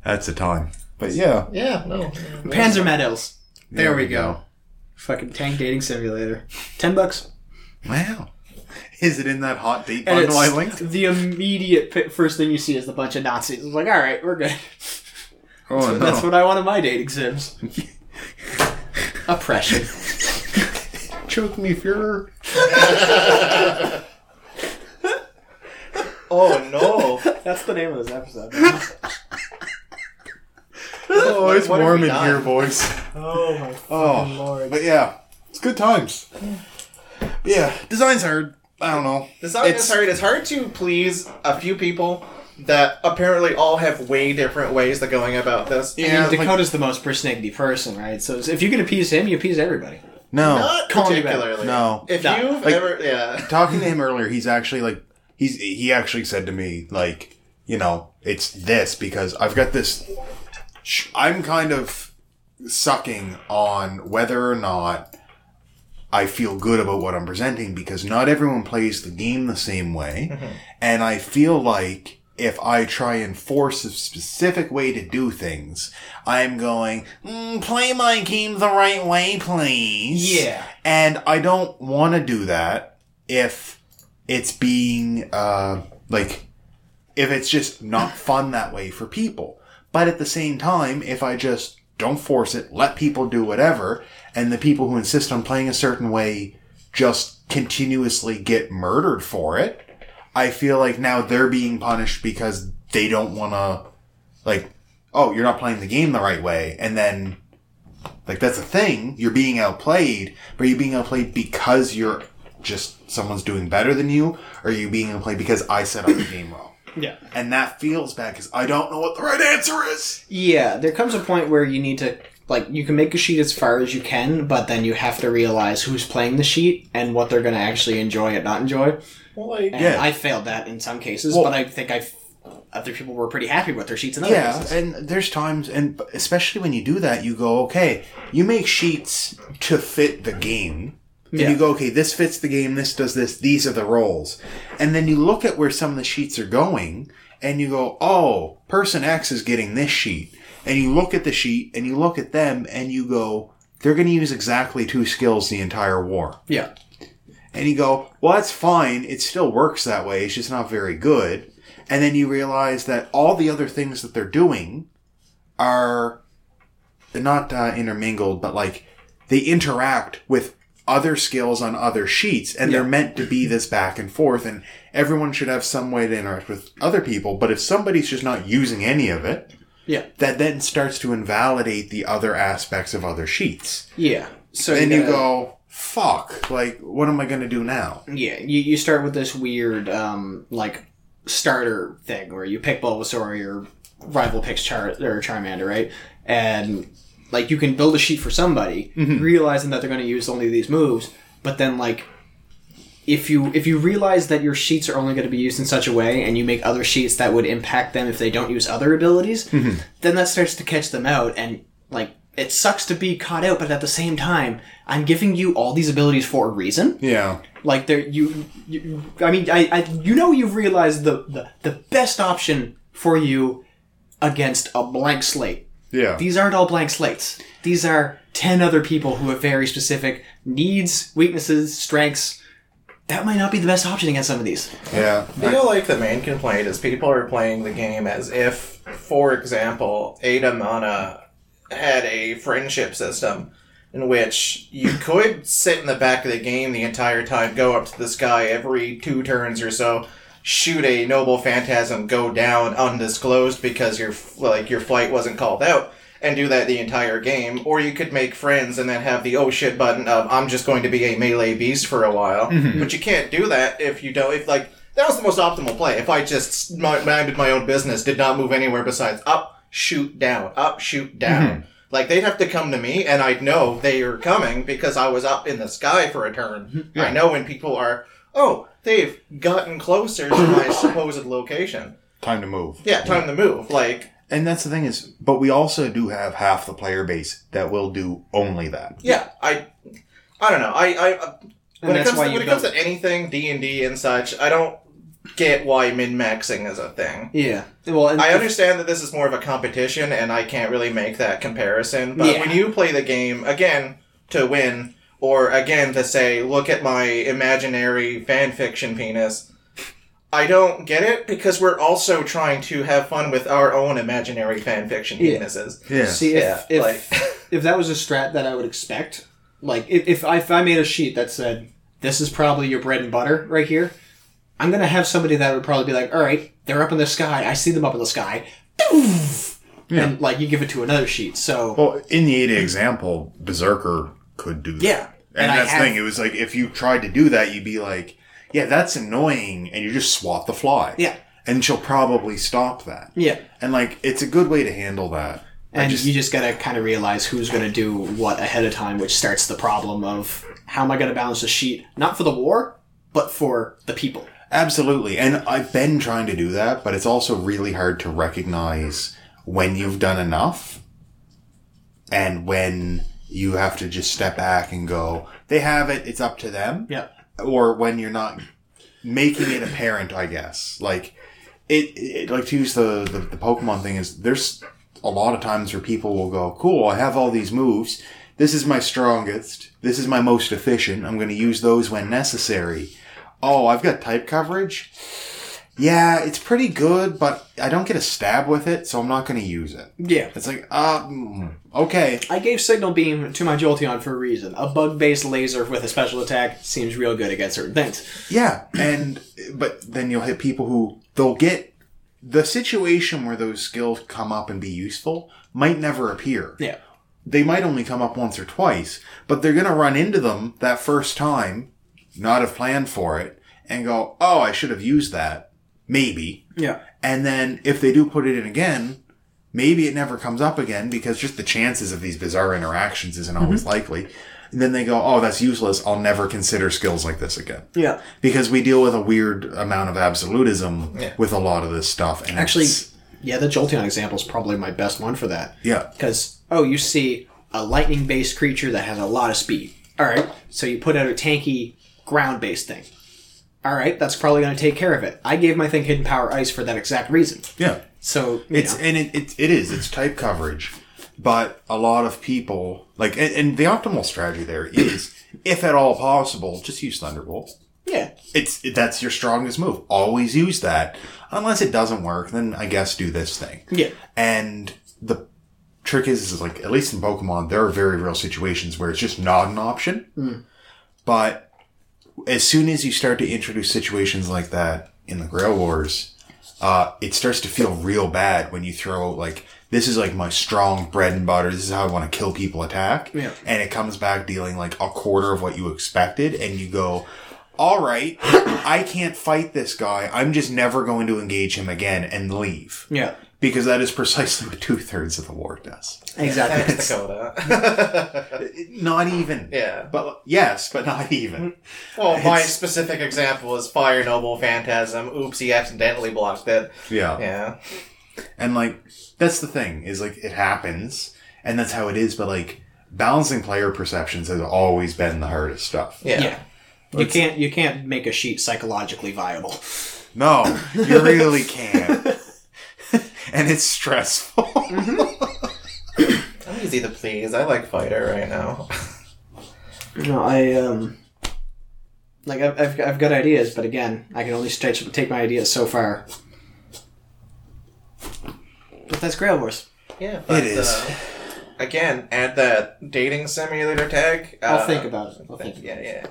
C: That's the time. But yeah.
B: Yeah, no.
A: Panzer Meadows. There,
C: There
A: we
C: we
A: go.
C: go.
A: Fucking tank dating simulator. Ten bucks.
C: Wow. Is it in that hot date
A: And
C: bundle I
A: it's
C: linked?
A: the immediate pi- first thing you see is the bunch of Nazis. It's like, all right, we're good.
C: Oh
A: That's what I want in my dating sims. Oppression.
C: choke me, Fuhrer.
B: Oh no.
A: That's the name of this episode.
C: Oh, it's
B: What have
C: warm
B: we
C: in
B: done?
C: here, boys.
A: Oh my
C: Oh, but yeah, it's good times. Yeah, design's hard. I don't know.
B: Design
C: It's-
B: is hard. It's hard to please a few people that apparently all have way different ways of going about this.
A: I mean,
C: Yeah, like-
A: Dakota's the most persniggedy person, right? So if you can appease him, you appease everybody.
C: No,
B: Not
A: Call me back.
B: particularly.
C: No.
B: If
A: No.
B: you've
C: Like-
B: ever, yeah.
C: talking to him earlier, he's actually like he's he actually said to me like you know it's this because I've got this. sh- I'm kind of sucking on whether or not I feel good about what I'm presenting because not everyone plays the game the same way, and I feel like. If I try and force a specific way to do things, I'm going, "Mm, play my game the right way, please. And I don't want to do that if it's being, uh, like, if it's just not fun that way for people. But at the same time, if I just don't force it, let people do whatever, and the people who insist on playing a certain way just continuously get murdered for it, I feel like now they're being punished because they don't want to, like, oh, you're not playing the game the right way, and then like that's a thing. You're being outplayed, but you're being outplayed because you're just someone's doing better than you, or are you being outplayed because I set up the game wrong?
A: Yeah.
C: And that feels bad because I don't know what the right answer is.
A: Yeah, there comes a point where you need to like you can make a sheet as far as you can, but then you have to realize who's playing the sheet and what they're going to actually enjoy and not enjoy.
B: Well, like,
A: And
C: Yeah.
A: I failed that in some cases,
C: Well-
A: but I think I other people were pretty happy with their sheets in other
C: Yeah,
A: cases.
C: and there's times, and especially when you do that, you go, okay, you make sheets to fit the game. And
A: Yeah.
C: you go, okay, this fits the game, this does this, these are the roles. And then you look at where some of the sheets are going, and you go, oh, person X is getting this sheet. And you look at the sheet, and you look at them, and you go, they're going to use exactly two skills the entire war.
A: Yeah.
C: And you go, well, that's fine. It still works that way. It's just not very good. And then you realize that all the other things that they're doing are not uh, intermingled, but like they interact with other skills on other sheets and they're
A: Yeah.
C: meant to be this back and forth and everyone should have some way to interact with other people but if somebody's just not using any of it
A: Yeah.
C: that then starts to invalidate the other aspects of other sheets
A: Yeah. So
C: and you
A: gotta-
C: go fuck like what am i going to do now
A: Yeah, you, you start with this weird um like starter thing where you pick Bulbasaur, your rival picks Char or Charmander, right? And like you can build a sheet for somebody, realizing that they're going to use only these moves, but then like if you if you realize that your sheets are only going to be used in such a way and you make other sheets that would impact them if they don't use other abilities, then that starts to catch them out and like it sucks to be caught out, but at the same time, I'm giving you all these abilities for a reason.
C: yeah
A: Like there, you, you I mean, I, I, you know, you've realized the, the the best option for you against a blank slate.
C: Yeah.
A: These aren't all blank slates. These are ten other people who have very specific needs, weaknesses, strengths. That might not be the best option against some of these.
C: yeah.
B: I feel like the main complaint is people are playing the game as if, for example, Ada Mana had a friendship system in which you could sit in the back of the game the entire time, go up to the sky every two turns or so, shoot a noble phantasm, go down undisclosed because your like your flight wasn't called out. And do that the entire game, or you could make friends and then have the oh shit button of I'm just going to be a melee beast for a while. But you can't do that if you don't. If like that was the most optimal play. If I just mi- minded my own business, did not move anywhere besides up, shoot down, up, shoot down. Like they'd have to come to me, and I'd know they are coming because I was up in the sky for a turn.
A: Mm-hmm.
B: I know when people are. Oh, they've gotten closer to my supposed location.
C: Time to move.
B: Yeah, time to move. Like,
C: And that's the thing is, but we also do have half the player base that will do only that.
B: yeah, I, I don't know. I, I, When it
A: that's
B: comes
A: why
B: to,
A: you
B: when it comes
A: built-
B: to anything D and D and such, I don't get why min maxing is a thing.
A: Yeah. Well, and
B: I
A: if-
B: understand that this is more of a competition, and I can't really make that comparison. But
A: Yeah.
B: when you play the game again to win, or again to say, "Look at my imaginary fan fiction penis," I don't get it because we're also trying to have fun with our own imaginary fan fiction
A: Yeah.
B: penises.
C: Yeah.
A: See if
B: Yeah,
A: if,
B: like-
A: if that was a strat that I would expect, like if if I, if I made a sheet that said this is probably your bread and butter right here, I'm gonna have somebody that would probably be like, all right, they're up in the sky. I see them up in the sky.
C: Yeah.
A: And like you give it to another sheet, so
C: Well, in the Ada example, Berserker could do that.
A: Yeah.
C: And,
A: And I
C: that's
A: have-
C: the thing. It was like, if you tried to do that, you'd be like, yeah, that's annoying. And you just swap the fly.
A: Yeah.
C: And she'll probably stop that.
A: yeah.
C: And like, it's a good way to handle that. I
A: And
C: just-
A: you just gotta kind of realize who's gonna do what ahead of time, which starts the problem of how am I gonna balance the sheet? Not for the war, but for the people.
C: Absolutely. And I've been trying to do that, but it's also really hard to recognize when you've done enough and when you have to just step back and go, they have it, it's up to them.
A: Yeah.
C: Or when you're not making it apparent, I guess. Like, it, it like to use the, the, the Pokemon thing is there's a lot of times where people will go, cool, I have all these moves. This is my strongest. This is my most efficient. I'm going to use those when necessary. Oh, I've got type coverage. Yeah, it's pretty good, but I don't get a stab with it, so I'm not going to use it.
A: Yeah.
C: It's like, uh, mm, okay.
A: I gave Signal Beam to my Jolteon for a reason. A bug based laser with a special attack seems real good against certain things.
C: Yeah, and but then you'll hit people who they'll get the situation where those skills come up and be useful might never appear.
A: Yeah.
C: They might only come up once or twice, but they're going to run into them that first time, not have planned for it, and go, "Oh, I should have used that." Maybe.
A: Yeah.
C: And then if they do put it in again, maybe it never comes up again because just the chances of these bizarre interactions isn't always likely. And then they go, "Oh, that's useless. I'll never consider skills like this again."
A: Yeah.
C: because we deal with a weird amount of absolutism
B: Yeah.
C: with a lot of this stuff. And
A: Actually,
C: it's-
A: yeah, the Jolteon example is probably my best one for that.
C: yeah,
A: Because, oh, you see a lightning based creature that has a lot of speed. All right. So you put out a tanky ground based thing. All right. That's probably going to take care of it. I gave my thing Hidden Power Ice for that exact reason.
C: yeah,
A: So, you
C: it's
A: know.
C: and it, it it is it's type coverage, but a lot of people like and, and the optimal strategy there is, if at all possible, just use thunderbolt.
A: yeah.
C: It's that's your strongest move. Always use that, unless it doesn't work. Then I guess do this thing.
A: Yeah.
C: And the trick is, is like, at least in Pokemon, there are very real situations where it's just not an option.
A: Hmm.
C: But as soon as you start to introduce situations like that in the Grail Wars, uh, it starts to feel real bad when you throw out like, this is like my strong bread and butter. This is how I want to kill people attack.
A: Yeah.
C: And it comes back dealing like a quarter of what you expected. And you go, all right, I can't fight this guy. I'm just never going to engage him again and leave
A: Yeah.
C: because that is precisely what two thirds of the war does.
A: Exactly.
B: Thanks, Dakota.
C: Not even.
B: Yeah.
C: But yes, but not even.
B: Well, my
C: It's-
B: specific example is Fire Noble Phantasm. Oops, he accidentally blocked it.
C: Yeah.
B: Yeah.
C: And like that's the thing is like it happens, and that's how it is. But like balancing player perceptions has always been the hardest stuff.
B: Yeah.
A: Yeah. You can't you can't make a sheet psychologically viable.
C: No, you really can't. and it's stressful.
B: I'm easy to please. I like Fighter right now.
A: No, I um, like I've, I've, I've got ideas, but again, I can only stretch take my ideas so far. But that's Grail Wars.
B: Yeah, but,
C: It is.
B: Uh, again, add that dating simulator tag. Uh,
A: I'll think about it. I'll think.
B: Yeah, yeah.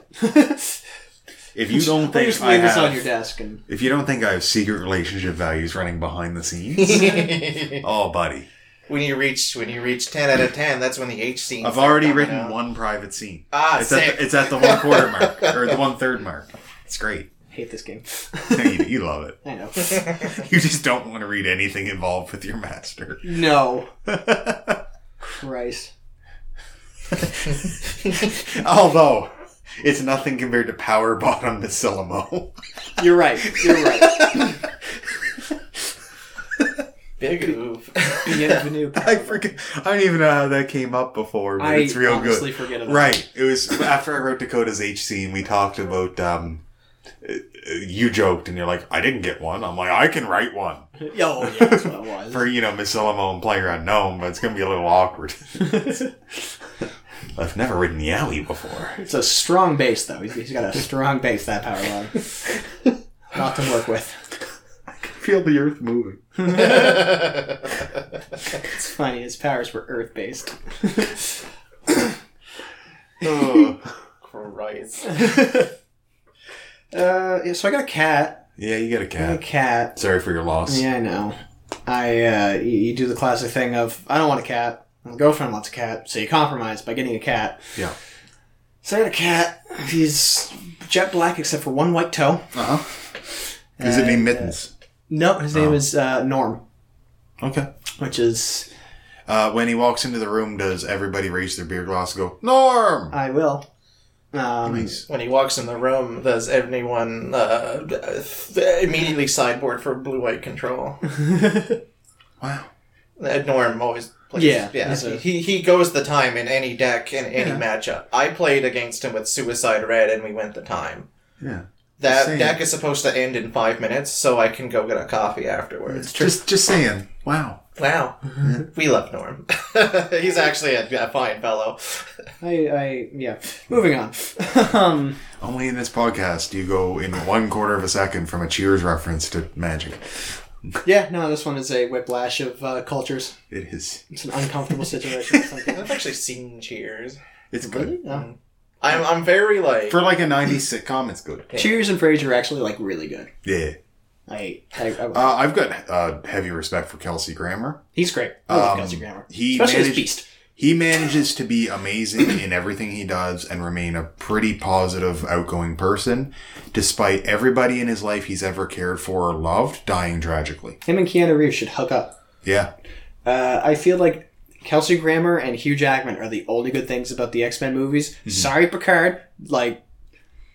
C: If you don't
A: I'll
C: think
A: just
C: I
A: leave this
C: have-
A: on your desk, and
C: if you don't think I have secret relationship values running behind the scenes, oh buddy,
B: when you reach when you reach ten out of ten, that's when the H scene.
C: I've already
B: coming
C: written
B: out.
C: one private scene.
B: Ah,
C: it's
B: sick.
C: at, the, it's at the one quarter mark or the one third mark. It's great.
A: hate this game.
C: No, you, you love it.
A: I know.
C: You just don't want to read anything involved with your master.
A: No. Christ.
C: Although it's nothing compared to Power Bottom to Silamo.
A: You're right. You're right.
B: Big oof.
A: Bienvenue.
C: I forget. I don't even know how that came up before, but
A: I
C: it's real good.
A: honestly forget about
C: Right. It was after I wrote Dakota's HC and we talked about. um uh, uh, you joked and you're like, I didn't get one. I'm like, I can write one
A: it. Oh, yeah, that's what it was.
C: for you know Miss Illamo and Player Unknown, but it's gonna be a little awkward. I've never ridden the alley before.
A: It's a strong base, though. He's, he's got a strong base, that power line. Not to work with.
C: I can feel the earth moving.
A: It's funny. His powers were earth based.
C: Oh.
B: Christ.
A: Uh, yeah, so I got a cat.
C: yeah, you get a
A: I got a
C: cat.
A: cat.
C: Sorry for your loss.
A: Yeah, I know. I uh, you, you do the classic thing of I don't want a cat. My girlfriend wants a cat, so you compromise by getting a cat.
C: Yeah.
A: So I got a cat. He's jet black except for one white toe.
C: Uh huh. Is it
A: And,
C: named Oh. Mittens?
A: No, his name is uh, Norm,
C: Okay.
A: which is
C: Uh, when he walks into the room, does everybody raise their beer glass and go, Norm?
A: I will. Um,
C: Nice.
B: When he walks in the room, does everyone uh, th- immediately sideboard for blue white control?
C: Wow.
B: Uh, Norm always plays.
A: Yeah,
B: yeah.
A: he's a-
B: He, he goes the time in any deck in any matchup. I played against him with Suicide Red, and we went the time.
C: Yeah.
B: That
C: Same.
B: deck is supposed to end in five minutes, so I can go get a coffee afterwards.
C: Just, just saying. Wow.
B: Wow,
C: Mm-hmm.
B: we love Norm. He's actually a, a fine fellow.
A: I, I yeah. Moving on. um,
C: Only in this podcast do you go in one quarter of a second from a Cheers reference to magic.
A: yeah, no, this one is a whiplash of uh, cultures.
C: It is.
A: It's an uncomfortable situation. or something.
B: I've actually seen Cheers.
C: It's good.
A: No.
B: I'm I'm very like
C: For like a 90s sitcom, it's good.
A: Cheers and Frasier are actually like really good.
C: Yeah.
A: I, I, I
C: Uh, I've got uh, heavy respect for Kelsey Grammer.
A: he's great. I love
C: um,
A: Kelsey Grammer,
C: he
A: especially his
C: managed-
A: beast.
C: He manages to be amazing in everything he does and remain a pretty positive, outgoing person, despite everybody in his life he's ever cared for or loved dying tragically.
A: Him and Keanu Reeves should hook up.
C: Yeah.
A: Uh, I feel like Kelsey Grammer and Hugh Jackman are the only good things about the X Men movies. Sorry, Picard. Like,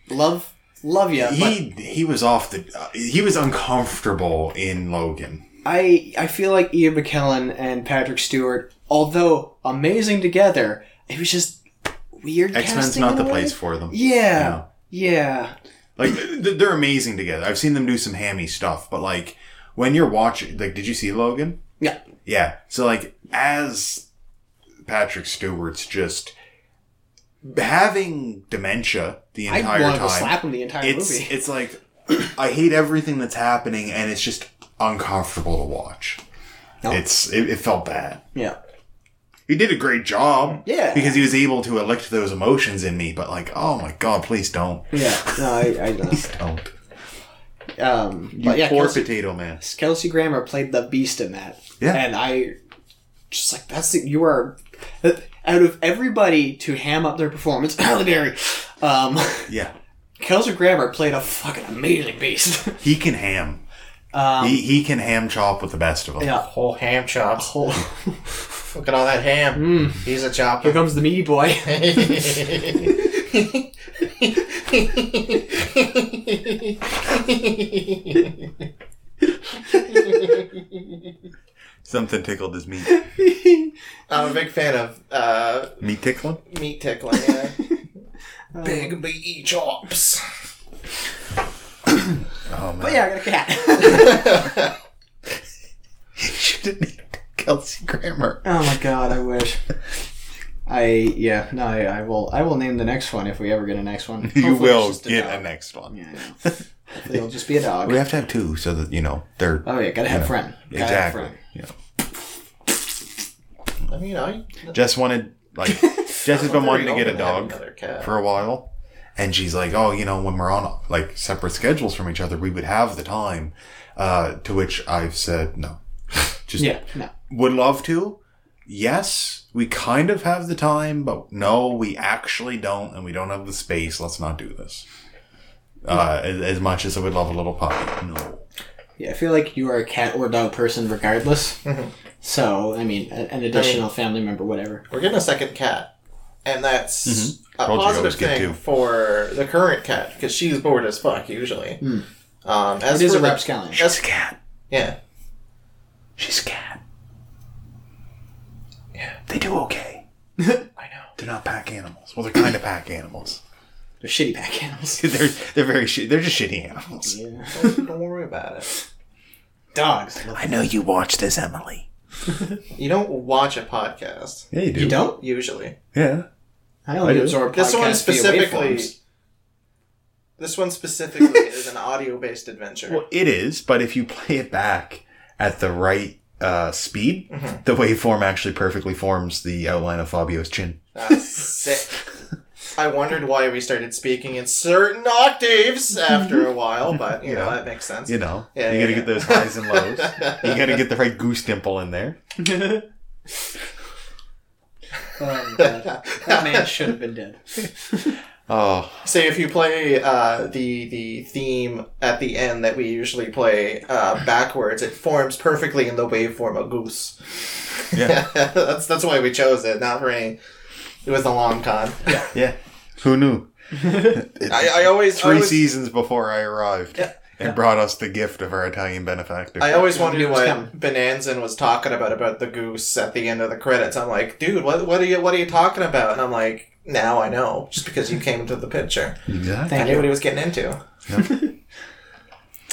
A: love, love you. But
C: He he was off the uh, he was uncomfortable in Logan.
A: I, I feel like Ian McKellen and Patrick Stewart, although amazing together, it was just weird.
C: X Men's
A: casting
C: not
A: in
C: the
A: a way.
C: place for them.
A: Yeah, yeah.
C: Like th- they're amazing together. I've seen them do some hammy stuff, but like when you're watching, like, did you see Logan?
A: Yeah.
C: Yeah. So like as Patrick Stewart's just having dementia the
A: I
C: entire
A: wanted
C: time.
A: to slap him the entire
C: it's
A: movie.
C: it's like I hate everything that's happening, and it's just uncomfortable to watch.
A: No.
C: It's it, it felt bad.
A: yeah.
C: He did a great job.
A: Yeah.
C: Because he was able to elect those emotions in me, but like, oh my god, please don't.
A: Yeah, no, I, I don't
C: Don't.
A: know. Um,
C: You
A: but yeah,
C: poor
A: Kelsey,
C: potato man.
A: Kelsey Grammer played the beast in that.
C: Yeah.
A: And I just like, that's the, you are, out of everybody to ham up their performance, Halle Berry, um,
C: Yeah.
A: Kelsey Grammer played a fucking amazing beast.
C: He can ham.
A: Um,
C: he, he can ham chop with the best of them.
A: yeah.
B: whole ham chops.
A: Hold
B: Look at all that ham.
C: Mm.
B: He's a
A: Here
B: chopper.
A: comes the meaty boy.
C: Something tickled his meat.
B: I'm a big fan of uh,
C: meat tickling?
B: meat tickling. Yeah. Big meaty chops.
C: Oh man.
A: But yeah, I got a cat.
C: should have Kelsey Grammer.
A: oh my god, I wish. I yeah no I, I will I will name the next one if we ever get a next one.
C: You
A: Hopefully it's
C: will
A: just a
C: get
A: dog.
C: a next one.
A: Yeah, I know. Hopefully It'll just be a dog.
C: We have to have two so that you know they're
A: Oh yeah, gotta have friend. Gotta have
C: exactly.
A: friend.
C: Yeah.
B: I mean, I.
C: Jess wanted like Jess has been wanting to get a
B: Open having
C: dog
B: Another cat.
C: for a while, and she's like, "Oh, you know, when we're on like separate schedules from each other, we would have the time." Uh, to which I've said no. Just
A: Yeah, no.
C: would love to. Yes, we kind of have the time, but no, we actually don't, and we don't have the space. Let's not do this. Uh, as, as much as I would love a little puppy, no.
A: Yeah, I feel like you are a cat or dog person regardless. So Mm-hmm. I mean, a- an additional family member, whatever.
B: We're getting a second cat, and that's a
C: Mm-hmm. Told you I
B: positive
C: always get
B: thing
C: two.
B: for the current cat because she's bored as
C: Hmm.
B: fuck usually. Um, as
A: It is
B: for
A: a
B: the-
A: rapscallion.
B: as-
C: cat.
B: yeah.
C: She's cat. Yeah. They do okay.
B: I know.
C: They're not pack animals. Well, they're kind of pack animals.
A: They're shitty pack animals.
C: They're they're very shi- they're just shitty animals.
A: yeah.
B: Don't worry about it.
A: Dogs.
C: I know you watch this, Emily.
B: You don't watch a podcast
C: Yeah, you do.
A: You don't?
B: usually.
C: Yeah.
A: I
C: I
A: only
C: do.
A: absorb
B: This one
A: podcasts via
B: specifically.
A: waveforms.
B: This one specifically is an audio-based adventure.
C: Well, it is, but if you play it back at the right uh, speed,
B: Mm-hmm.
C: the waveform actually perfectly forms the outline of Fabio's chin.
B: That's sick. I wondered why we started speaking in certain octaves after a while, but you know
C: Yeah.
B: that makes sense.
C: You know,
B: Yeah,
C: you
B: yeah,
C: gotta
B: yeah.
C: get those highs and lows. you gotta get the right goose dimple in there.
A: Oh, my God. That man should have been dead.
C: Oh,
B: So if you play uh, the the theme at the end that we usually play uh, backwards, it forms perfectly in the waveform of goose.
C: Yeah.
B: that's that's why we chose it, not for any. It was a long con.
C: yeah. Who knew?
B: I, I always I
C: Three
B: always,
C: seasons before I arrived, and brought us the gift of our Italian benefactor.
B: I always
A: Dude,
B: wondered
A: it's
B: what
A: coming.
B: Bonanzan was talking about about the goose at the end of the credits. I'm like, dude, what what are you what are you talking about? And I'm like, now I know, just because you came into the picture.
C: exactly.
B: I
A: Thank
B: knew
A: you.
B: what he was getting into.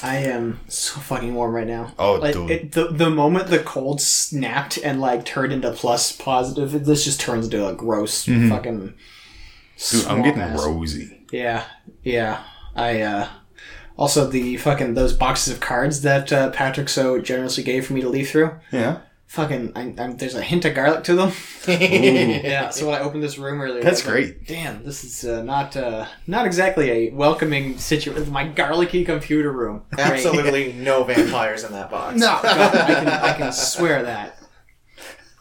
A: I am so fucking warm right now.
C: Oh,
A: like,
C: dude.
A: It, the, the moment the cold snapped and like turned into plus positive, it- this just turns into a gross fucking.
C: Dude, I'm
A: swamp
C: getting
A: ass.
C: rosy.
A: Yeah, yeah. I uh, also the fucking those boxes of cards that uh, Patrick so generously gave for me to leaf through.
C: Yeah.
A: Fucking, I, I'm, there's a hint of garlic to them. yeah. So when I opened this room earlier,
C: That's
A: I was like,
C: great.
A: Damn, this is uh, not uh, not exactly a welcoming situation. My garlicky computer room. Great.
B: Absolutely no vampires in that box.
A: No, God, I, can, I can swear that.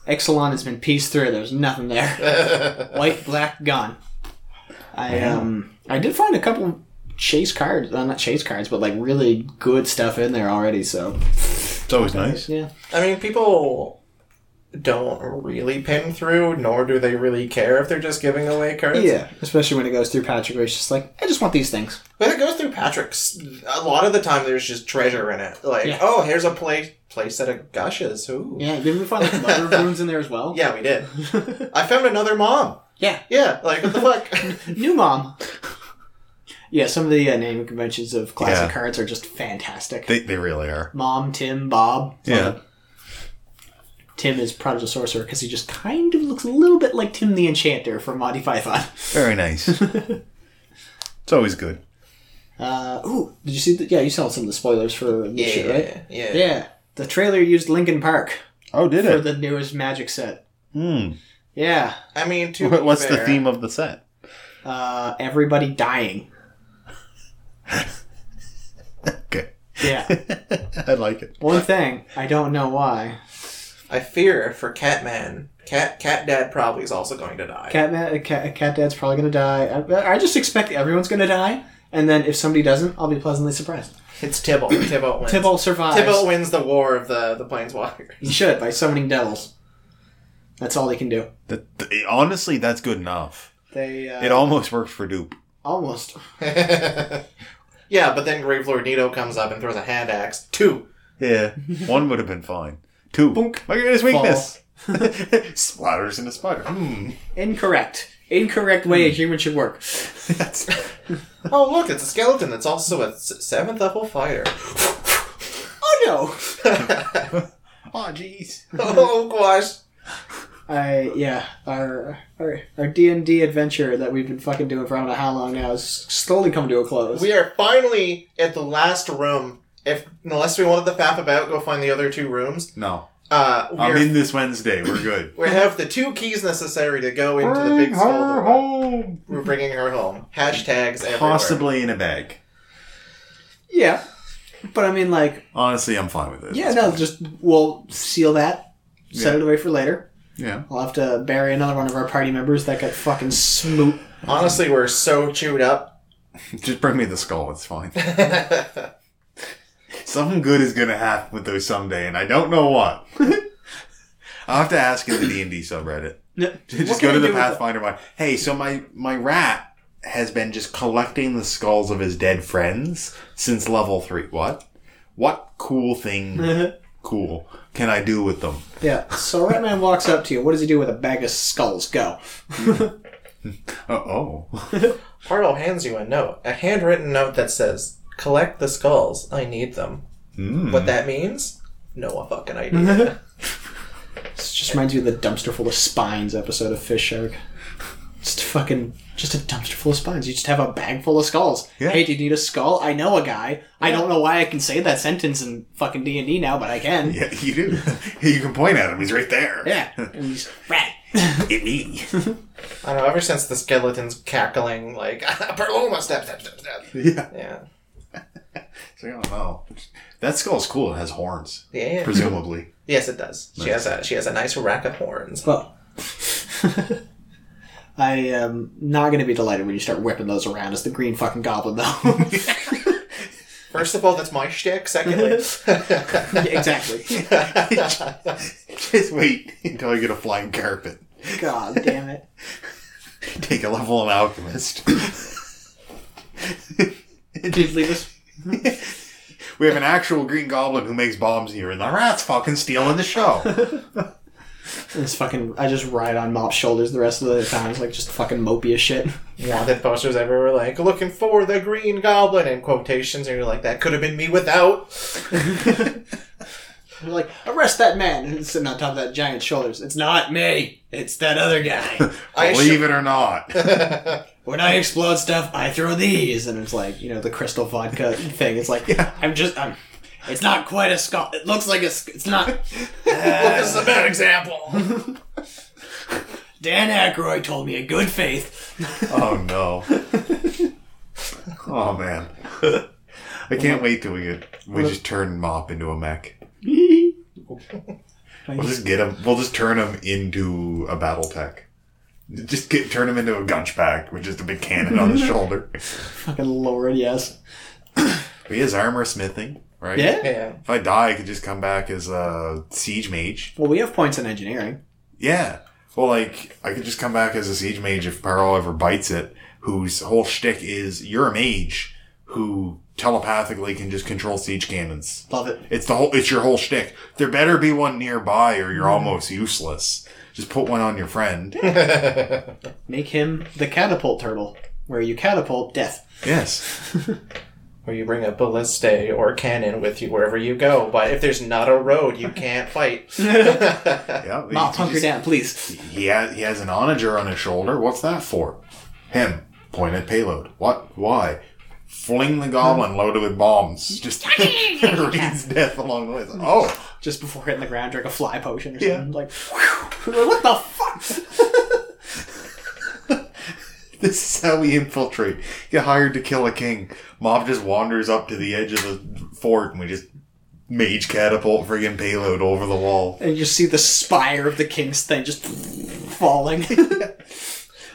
A: Exelon has been pieced through. There's nothing there. White, black, gone. I um, I did find a couple chase cards. Uh, not chase cards, but like really good stuff in there already. So
C: It's always nice.
A: yeah,
B: I mean, people don't really pin through, nor do they really care if they're just giving away cards.
A: yeah. Especially when it goes through Patrick, where it's just like, I just want these things.
B: But it goes through Patrick's. A lot of the time, there's just treasure in it. Like,
A: Yeah.
B: oh, here's a play playset of gushes. Ooh.
A: Yeah, didn't we find like mother of runes in there as well?
B: Yeah, we did. I found another mom.
A: yeah.
B: Yeah, like what the fuck?
A: New mom. Yeah, some of the uh, naming conventions of classic
C: Yeah.
A: cards are just fantastic.
C: They, they really are.
A: Mom, Tim, Bob.
C: Yeah.
A: Tim is prodigal sorcerer because he just kind of looks a little bit like Tim the Enchanter from Monty Python.
C: Very nice. it's always good.
A: Uh, ooh, did you see? The, yeah, you saw some of the spoilers for this shit, right?
B: yeah, yeah.
A: Yeah, the trailer used Linkin Park
C: Oh, did
A: for the newest Magic set.
C: Hmm.
A: Yeah,
B: I mean, to
C: What- What's
B: be fair,
C: the theme of the set?
A: uh, everybody dying.
C: Okay.
A: Yeah,
C: I like it.
A: one thing I don't know why.
B: I fear for Catman. Cat Cat Dad probably is also going to die.
A: Cat, ma- cat, cat Dad's probably gonna die. I, I just expect everyone's gonna die, and then if somebody doesn't, I'll be pleasantly surprised.
B: It's Tybalt. Tybalt wins.
A: Tybalt survives.
B: Tybalt wins the war of the the planeswalkers.
A: He should by summoning devils. That's all they can do.
C: That, th- honestly, that's good enough.
A: They uh,
C: It almost worked for Dupe.
A: almost.
B: yeah, but then Gravelord Nito comes up and throws a hand axe. Two.
C: Yeah. One would have been fine. Two.
A: Boonk.
C: My greatest weakness. Splatters in a spider. Hmm.
A: Incorrect. Incorrect way a human should work.
C: That's,
B: Oh look, it's a skeleton. It's also a s- seventh level fighter.
A: Oh
C: oh, jeez.
B: oh gosh.
A: no! I yeah, our our our D and D adventure that we've been fucking doing for I don't know how long now is slowly coming to a close.
B: We are finally at the last room. If unless we wanted to faff about, go find the other two rooms.
C: No.
B: Uh, we,
C: I'm
B: are,
C: in this Wednesday. We're good.
B: we have the two keys necessary to go into the big skull. door.
C: home.
B: We're bringing her home. Hashtags everywhere.
C: Possibly in a bag.
A: yeah, but I mean like
C: Honestly, I'm fine with it.
A: yeah, no, just we'll seal that, set
C: Yeah.
A: it away for later.
C: Yeah.
A: I'll have to bury another one of our party members that got fucking smoot.
B: Honestly, we're so chewed up.
C: Just bring me the skull. It's fine. Something good is gonna happen with those someday, and I don't know what. I'll have to ask in the D and D subreddit.
A: What
C: Just
A: can
C: go to
A: I
C: the
A: do with
C: Pathfinder one. Hey, so my my rat has been just collecting the skulls of his dead friends since level three. What? What cool thing cool can I do with them?
A: Yeah. So Rat Man walks up to you. What does he do with a bag of skulls? Go.
C: Uh oh.
B: Harlow hands you a note, a handwritten note that says, "Collect the skulls. I need them." What that means? No fucking idea.
A: This just reminds you of the dumpster full of spines episode of Fish Shark. Just fucking, just a dumpster full of spines. You just have a bag full of skulls.
C: Yeah.
A: Hey, do you need a skull? I know a guy. I don't know why I can say that sentence in fucking D and D now, but I can.
C: Yeah, you do. you can point at him. He's right there.
A: Yeah. And he's rat.
C: It me.
B: I don't know. Ever since the skeleton's cackling, like Perloma, step, step, step, step.
C: yeah.
B: Yeah,
C: It's like, oh no. That skull's cool. It has horns,
B: yeah. yeah.
C: presumably.
B: Yes, it does. She has a she has a nice rack of horns.
A: Well, I am not going to be delighted when you start whipping those around as the green fucking goblin, though.
B: First of all, that's my shtick. Secondly,
A: Yeah, exactly.
C: Just wait until I get a flying carpet.
A: God damn it.
C: Take a level in alchemist.
A: Did leave us?
C: we have an actual green goblin who makes bombs here, and the rat's fucking stealing the show.
A: This fucking, I just ride on Mop's shoulders the rest of the time. It's like just fucking mopey as shit.
B: wanted posters everywhere, like looking for the Green Goblin in quotations, and you're like, that could have been me without.
A: They're like, arrest that man! And he's sitting on top of that giant shoulders. It's not me! It's that other guy!
B: I
C: Believe
B: assure-
C: it or not.
A: when I explode stuff, I throw these! And it's like, you know, the crystal vodka thing. It's like, I'm just, I'm. It's not quite a skull. It looks like a. sk- It's not.
B: Well, this is a bad example.
A: Dan Aykroyd told me in good faith.
C: Oh no. oh man. I can't wait till we get we just turn Mop into a mech. We'll just get him. We'll just turn him into a battle tech. Just get turn him into a gunchback with just a big cannon on his shoulder.
A: Fucking lord, yes.
C: But he has armor smithing, right?
A: Yeah?
B: yeah.
C: If I die, I could just come back as a siege mage.
A: Well, we have points in engineering.
C: Yeah. Well, like I could just come back as a siege mage if Paro ever bites it, whose whole shtick is you're a mage who telepathically can just control siege cannons.
A: Love it.
C: It's the whole. It's your whole shtick. There better be one nearby, or you're almost useless. Just put one on your friend.
A: Make him the catapult turtle, where you catapult death.
C: yes.
B: Or you bring a ballista or cannon with you wherever you go, but if there's not a road, you can't fight.
C: Yeah. he-
A: Mop,
C: he
A: hunker
C: just-
A: down, please.
C: He has he has an onager on his shoulder. What's that for? Him. Point at payload. What? Why? Fling the goblin loaded with bombs. Just reads death along the way. It's like, Oh,
A: Just before hitting the ground, drink a fly potion or
C: Yeah.
A: something. Like, what the fuck?
C: this is how we infiltrate. Get hired to kill a king. Mob just wanders up to the edge of the fort, and we just mage catapult friggin' payload over the wall.
A: And you just see the spire of the king's thing just falling.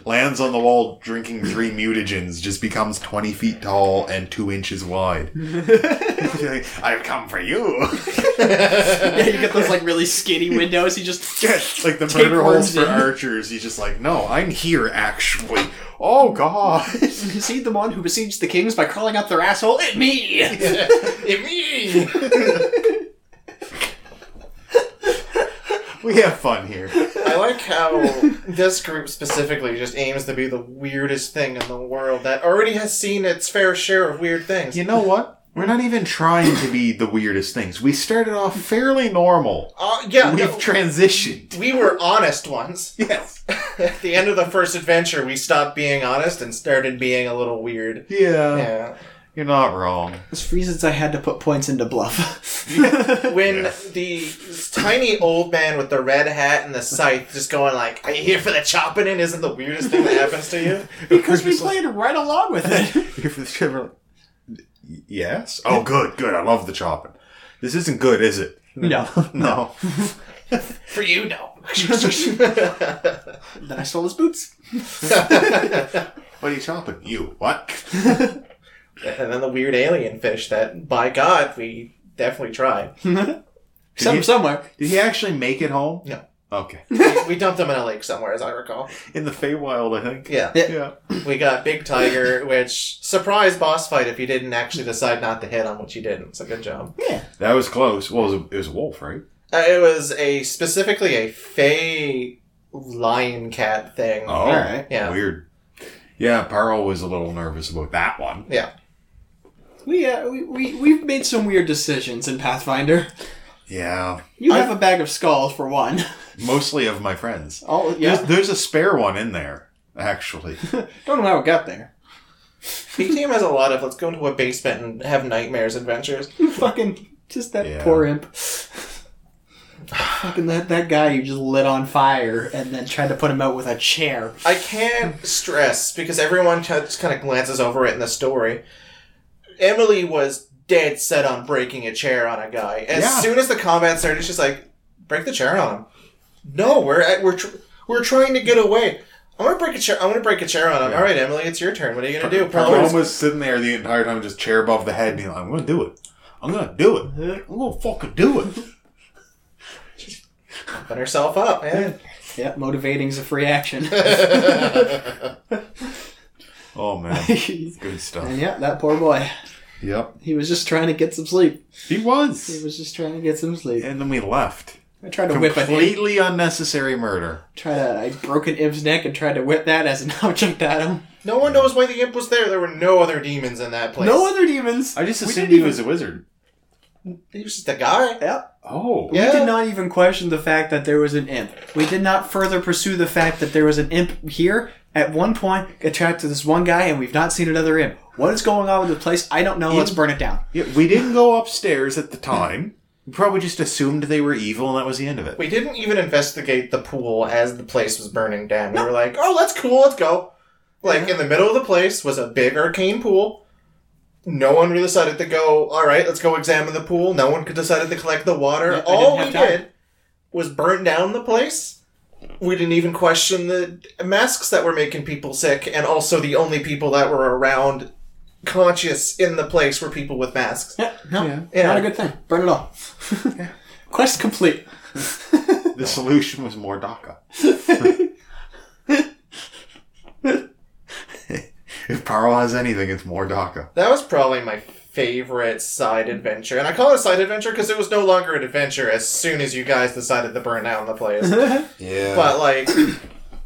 C: lands on the wall drinking three mutagens, just becomes 20 feet tall and two inches wide. I've come for you.
A: yeah, you get those like really skinny windows. He just
C: like the
A: Take
C: murder holes
A: worms
C: for
A: in.
C: archers, he's just like, no, I'm here actually. Oh god.
A: you see the one who besieged the kings by crawling up their asshole. It me.
B: It me!
C: we have fun here.
B: I like how this group specifically just aims to be the weirdest thing in the world that already has seen its fair share of weird things.
C: You know what? We're not even trying to be the weirdest things. We started off fairly normal.
B: Uh, yeah,
C: We've
B: no,
C: transitioned.
B: we were honest once.
C: Yes.
B: At the end of the first adventure, we stopped being honest and started being a little weird.
C: Yeah.
B: Yeah.
C: You're not wrong.
A: It's reasons I had to put points into bluff.
B: When
C: Yeah.
B: the tiny old man with the red hat and the scythe just going like, "Are you here for the chopping?" in isn't the weirdest thing that happens to you.
A: because we played right along with it.
C: If the Chevrolet- Yes. Oh, good, good. I love the chopping. This isn't good, is it?
A: No.
C: no.
B: For you, no.
A: then I stole his boots.
C: What are you chopping? You. What?
B: and then the weird alien fish that, by God, we definitely tried.
A: Some
C: you-
A: somewhere.
C: Did he actually make it home?
B: No.
C: Okay.
B: we dumped him in a lake somewhere, as I recall.
C: In the Feywild, I think.
B: Yeah.
C: Yeah.
B: We got Big Tiger, which surprise boss fight if you didn't actually decide not to hit him, which you didn't. So good job.
A: Yeah.
C: That was close. Well, it was a, it was a wolf, right?
B: Uh, it was a specifically a Fey lion cat thing.
C: Oh,
A: Alright.
B: Yeah.
C: Weird. Yeah, Paro was a little nervous about that one.
B: Yeah.
A: We, uh, we, we, we've made some weird decisions in Pathfinder.
C: Yeah.
A: You
B: I-
A: have a bag of skulls, for one.
C: Mostly of my friends.
A: All,
C: There's,
A: yeah.
C: there's a spare one in there, actually.
A: Don't know how it got there.
B: B team has a lot of let's go into a basement and have nightmares adventures.
A: Fucking just that
C: Yeah.
A: poor imp. Fucking that, that guy you just lit on fire and then tried to put him out with a chair.
B: I can't stress because everyone just kind of glances over it in the story. Emily was dead set on breaking a chair on a guy. As
C: Yeah.
B: soon as the combat started, she's like, "Break the chair on him." No, we're at, we're tr- we're trying to get away. I'm gonna break a chair. I'm gonna break a chair on him.
C: Yeah.
B: All right, Emily, it's your turn. What are you gonna do?
C: Paro
B: Probably-
C: was sitting there the entire time, just chair above the head, being like, I'm going to do it. I'm going to do it. I'm going to fucking do it.
B: open herself up, man.
A: Yeah, motivating's a free action.
C: Oh, man.
A: and
C: Good stuff.
A: yeah, that poor boy.
C: Yep.
A: He was just trying to get some sleep.
C: He was.
A: He was just trying to get some sleep.
C: And then we left.
A: I tried to whip an imp.
C: Completely unnecessary murder.
A: Tried to, I broke an imp's neck and tried to whip that as an object at him.
B: No one knows why the imp was there. There were no other demons in that place.
A: No other demons.
C: I just
A: We
C: assumed
A: didn't
C: he
A: even-
C: was a wizard.
B: he was just a guy.
A: Yep.
C: Oh.
B: Yeah.
A: We did not even question the fact that there was an imp. We did not further pursue the fact that there was an imp here. At one point, attracted to this one guy, and we've not seen another imp. What is going on with the place? I don't know. Let's burn it down.
C: Yeah, we didn't go upstairs at the time. We probably just assumed they were evil, and that was the end of it.
B: We didn't even investigate the pool as the place was burning down. We were like, oh, that's cool, let's go. Like, in the middle of the place was a big arcane pool. No one really decided to go, all right, let's go examine the pool. No one could decided to collect the water.
A: Yeah, I didn't
B: All we
A: have time.
B: did was burn down the place. We didn't even question the masks that were making people sick, and also the only people that were around conscious in the place were people with masks.
A: Yeah, no,
B: Yeah.
A: not a good thing. Burn it all. Quest complete.
C: The solution was more DACA. if Paro has anything, it's more DACA.
B: That was probably my favorite side adventure. And I call it a side adventure because it was no longer an adventure as soon as you guys decided to burn down the place.
C: Yeah.
B: but, like,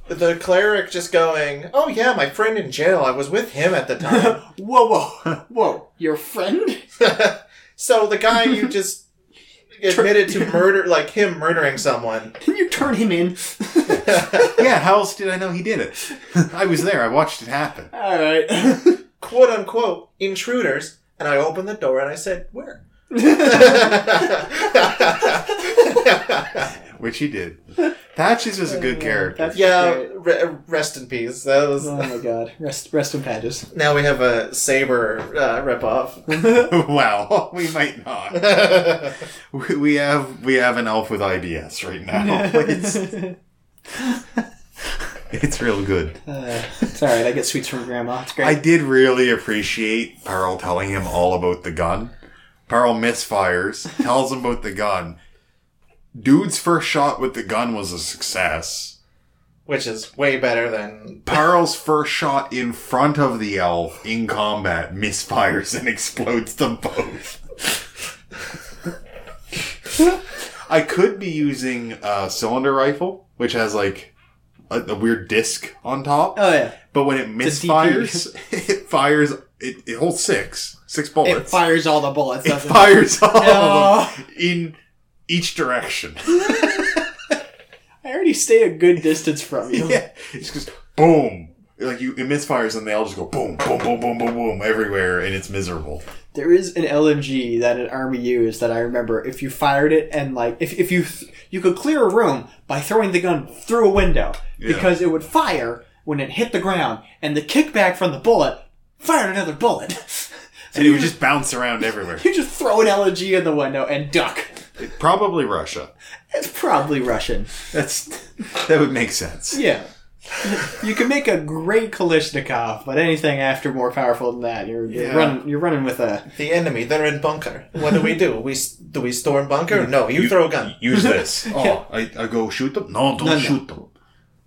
B: the cleric just going, oh, yeah, my friend in jail, I was with him at the time.
A: Whoa, whoa, whoa! Your friend?
B: so the guy you just admitted to murder, like, him murdering someone.
A: Didn't you turn him in?
C: yeah, how else did I know he did it? I was there. I watched it happen.
A: All right.
B: quote unquote intruders, and I opened the door and I said, "Where?"
C: Which he did. Patches was a good character.
A: That's
B: yeah,
A: great.
B: re- rest in peace. That was.
A: Oh my god. Rest, rest in patches.
B: Now we have a saber uh, ripoff.
C: wow, we might not. We- We have we have an elf with IBS right now. It's, it's real good.
A: Uh, it's all right. I get sweets from grandma. It's great.
C: I did really appreciate Pearl telling him all about the gun. Pearl misfires, tells him about the gun. Dude's first shot with the gun was a success.
B: Which is way better than.
C: Pearl's first shot in front of the elf in combat misfires and explodes them both. I could be using a cylinder rifle, which has like a, a weird disc on top.
A: oh yeah.
C: But when it
A: It's a
C: misfires, it fires. It, it holds six, six bullets.
A: It fires all the bullets.
C: It
A: Doesn't it?
C: fires all
A: No.
C: of them in each direction.
A: I already stay a good distance from you.
C: yeah, it's just boom. Like you, it misfires, and they all just go boom, boom, boom, boom, boom, boom everywhere, and it's miserable.
A: There is an LMG that an army used that I remember. If you fired it and like, if, if you th- you could clear a room by throwing the gun through a window
C: Yeah.
A: because it would fire when it hit the ground, and the kickback from the bullet fired another bullet.
C: And it would just bounce around everywhere.
A: you just throw an LMG in the window and duck.
C: Probably Russia.
A: It's probably Russian.
C: That's that would make sense.
A: Yeah. You can make a great Kalishnikov, but anything after more powerful than that, you're, you're
C: Yeah.
A: running. You're running with a.
B: The enemy, they're in bunker. What do we do? We s- do we storm bunker? No, you, throw a gun.
D: Use this.
C: Oh, I, I go shoot them? No, don't
A: No, no.
C: shoot them.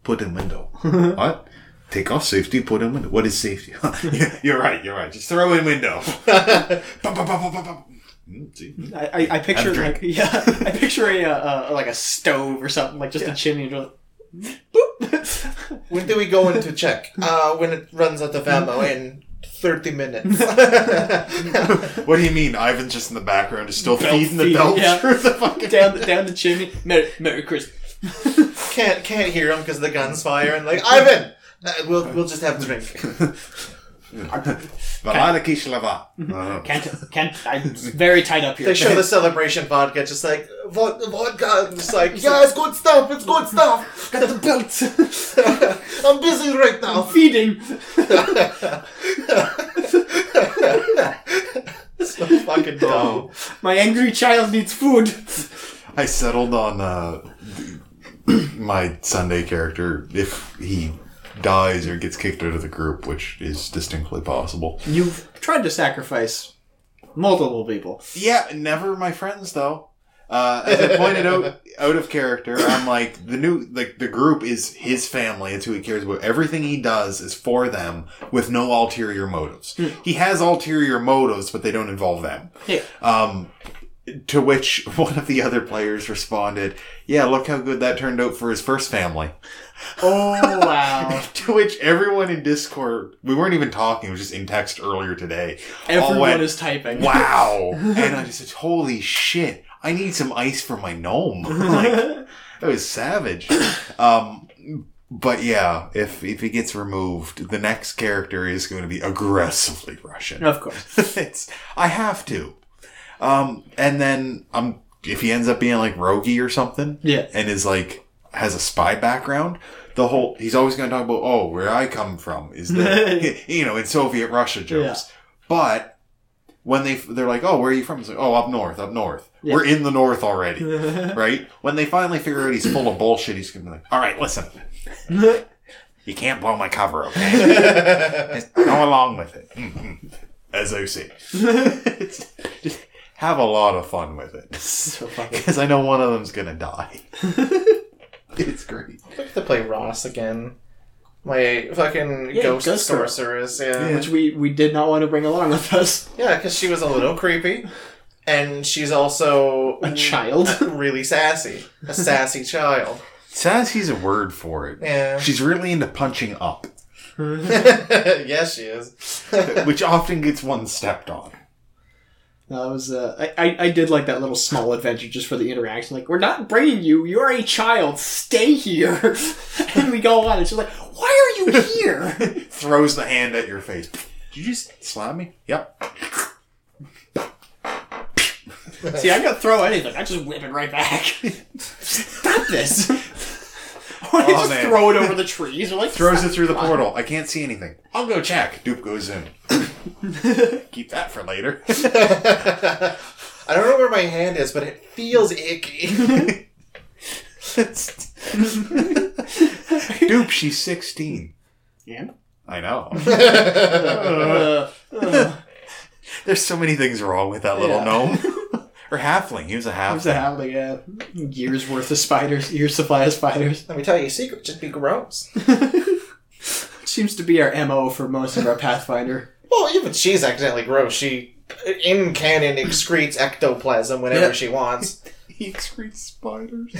C: Put in window. what? Take off safety, put in window. What is safety? Yeah, you're right, you're right. Just throw in window. Bum, bum, bum, bum, bum, bum. Mm, see?
A: I, I, I picture
C: Have a
A: like yeah, I picture a, uh, uh like a stove or something like just a chimney. And you're like, boop.
B: When do we go in to check? Uh, when it runs out of ammo in 30 minutes.
C: What do you mean? Ivan's just in the background, is still feeding the
A: feeding,
C: belt
A: yeah.
C: through the fucking.
A: down the down the chimney. Merry, Merry Christmas.
B: can't can't hear him because the guns fire and like Ivan. Uh, we'll we'll just have a drink.
C: Valada Kishlava. Uh-huh.
A: Can't can't. I'm very tied up here.
B: They show the celebration vodka, just like "Vod- vodka. It's like yeah, it's good stuff. It's good stuff.
A: Got the belt.
B: I'm busy right now.
A: Feeding.
B: So fucking dumb.
A: My angry child needs food.
C: I settled on uh, my Sunday character if he dies or gets kicked out of the group, which is distinctly possible.
A: You've tried to sacrifice multiple people.
C: Yeah, never my friends though. Uh, as I pointed out, out of character, I'm like the new like the group is his family. It's who he cares about. Everything he does is for them with no ulterior motives. he has ulterior motives, but they don't involve them.
A: Yeah.
C: Um, to which one of the other players responded, "Yeah, look how good that turned out for his first family."
A: Oh wow.
C: to which everyone in Discord, we weren't even talking; it was just in text earlier today.
A: Everyone
C: all went,
A: is typing.
C: wow and i just said holy shit i need some ice for my gnome like that was savage um but yeah if if he gets removed the next character is going to be aggressively russian
A: Of course.
C: it's i have to um and then i'm if he ends up being like rogi or something
A: Yeah.
C: and is like has a spy background the whole he's always going to talk about oh where i come from is the you know in soviet russia jokes but when they they're like oh where are you from it's like oh up north up north
A: Yeah.
C: we're in the north already right when they finally figure out he's full of bullshit he's going to be like all right listen you can't blow my cover okay Just go along with it Mhm. as i say Just have a lot of fun with it
A: so fucking.
C: because I know one of them's gonna die. it's great.
B: I have to play Ross again. My fucking
A: Yeah,
B: ghost,
A: ghost girl.
B: sorceress. Yeah.
A: Which we, we did not want to bring along with us.
B: Yeah, because she was a little creepy, and she's also
A: A child.
B: really sassy, a sassy child.
C: Sassy's a word for it.
B: Yeah.
C: She's really into punching up,
B: yes, she is.
C: which often gets one stepped on.
A: That was uh, I, I I did like that little small adventure just for the interaction. Like we're not bringing you. You're a child. Stay here. and we go on. And she's like, "Why are you here?"
C: Throws the hand at your face. Did you just slap me? Yep.
A: See, I don't throw anything. I just whip it right back. Stop this. Or I
C: Oh,
A: just
C: man.
A: throw it over the trees. Or like
C: Throws it through the portal. I can't see anything. I'll go check. Dupe goes in. Keep that for later.
B: I don't know where my hand is, but it feels icky.
C: Dupe, she's 16.
A: Yeah.
C: I know.
A: Uh, uh,
C: There's so many things wrong with that little
A: Yeah.
C: gnome. or halfling. He was a halfling.
A: was a howling yeah. uh, Years worth of spiders. Year supply of spiders.
B: Let me tell you a secret. Just be gross.
A: Seems to be our mo for most of our Pathfinder.
B: Well, even she's accidentally gross. She, uh, in canon, excretes ectoplasm whenever
A: Yeah.
B: she wants.
C: He excretes spiders.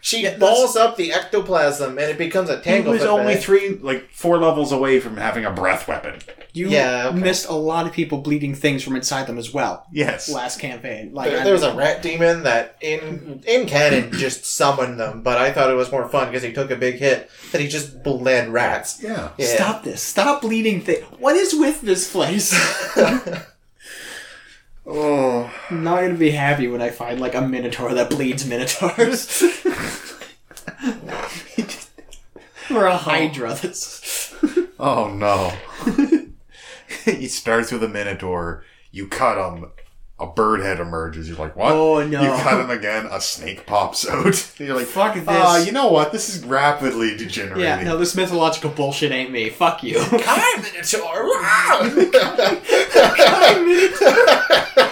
B: she balls up the ectoplasm and it becomes a
C: He
B: tangle.
C: was only three, like four levels away from having a breath weapon.
A: You
B: Yeah, okay.
A: missed a lot of people bleeding things from inside them as well.
C: Yes.
A: Last campaign, like
B: There, there was a rat demon that in in canon just summoned them, but I thought it was more fun because he took a big hit that he just bled rats.
C: Yeah.
B: Yeah.
A: stop this, stop bleeding thing. What is with this place?
C: Oh.
A: I'm not gonna be happy when I find like a minotaur that bleeds minotaurs, or a hydra. That's
C: Oh no. he starts with a minotaur. You cut him. a bird head emerges. You're like, what?
A: Oh, no.
C: You cut him again. A snake pops out. You're like,
A: Fuck this.
C: "Ah, you know what? This is rapidly degenerating.
A: yeah, no, this mythological bullshit ain't me. Fuck you.
B: I'm Minotaur. Wow.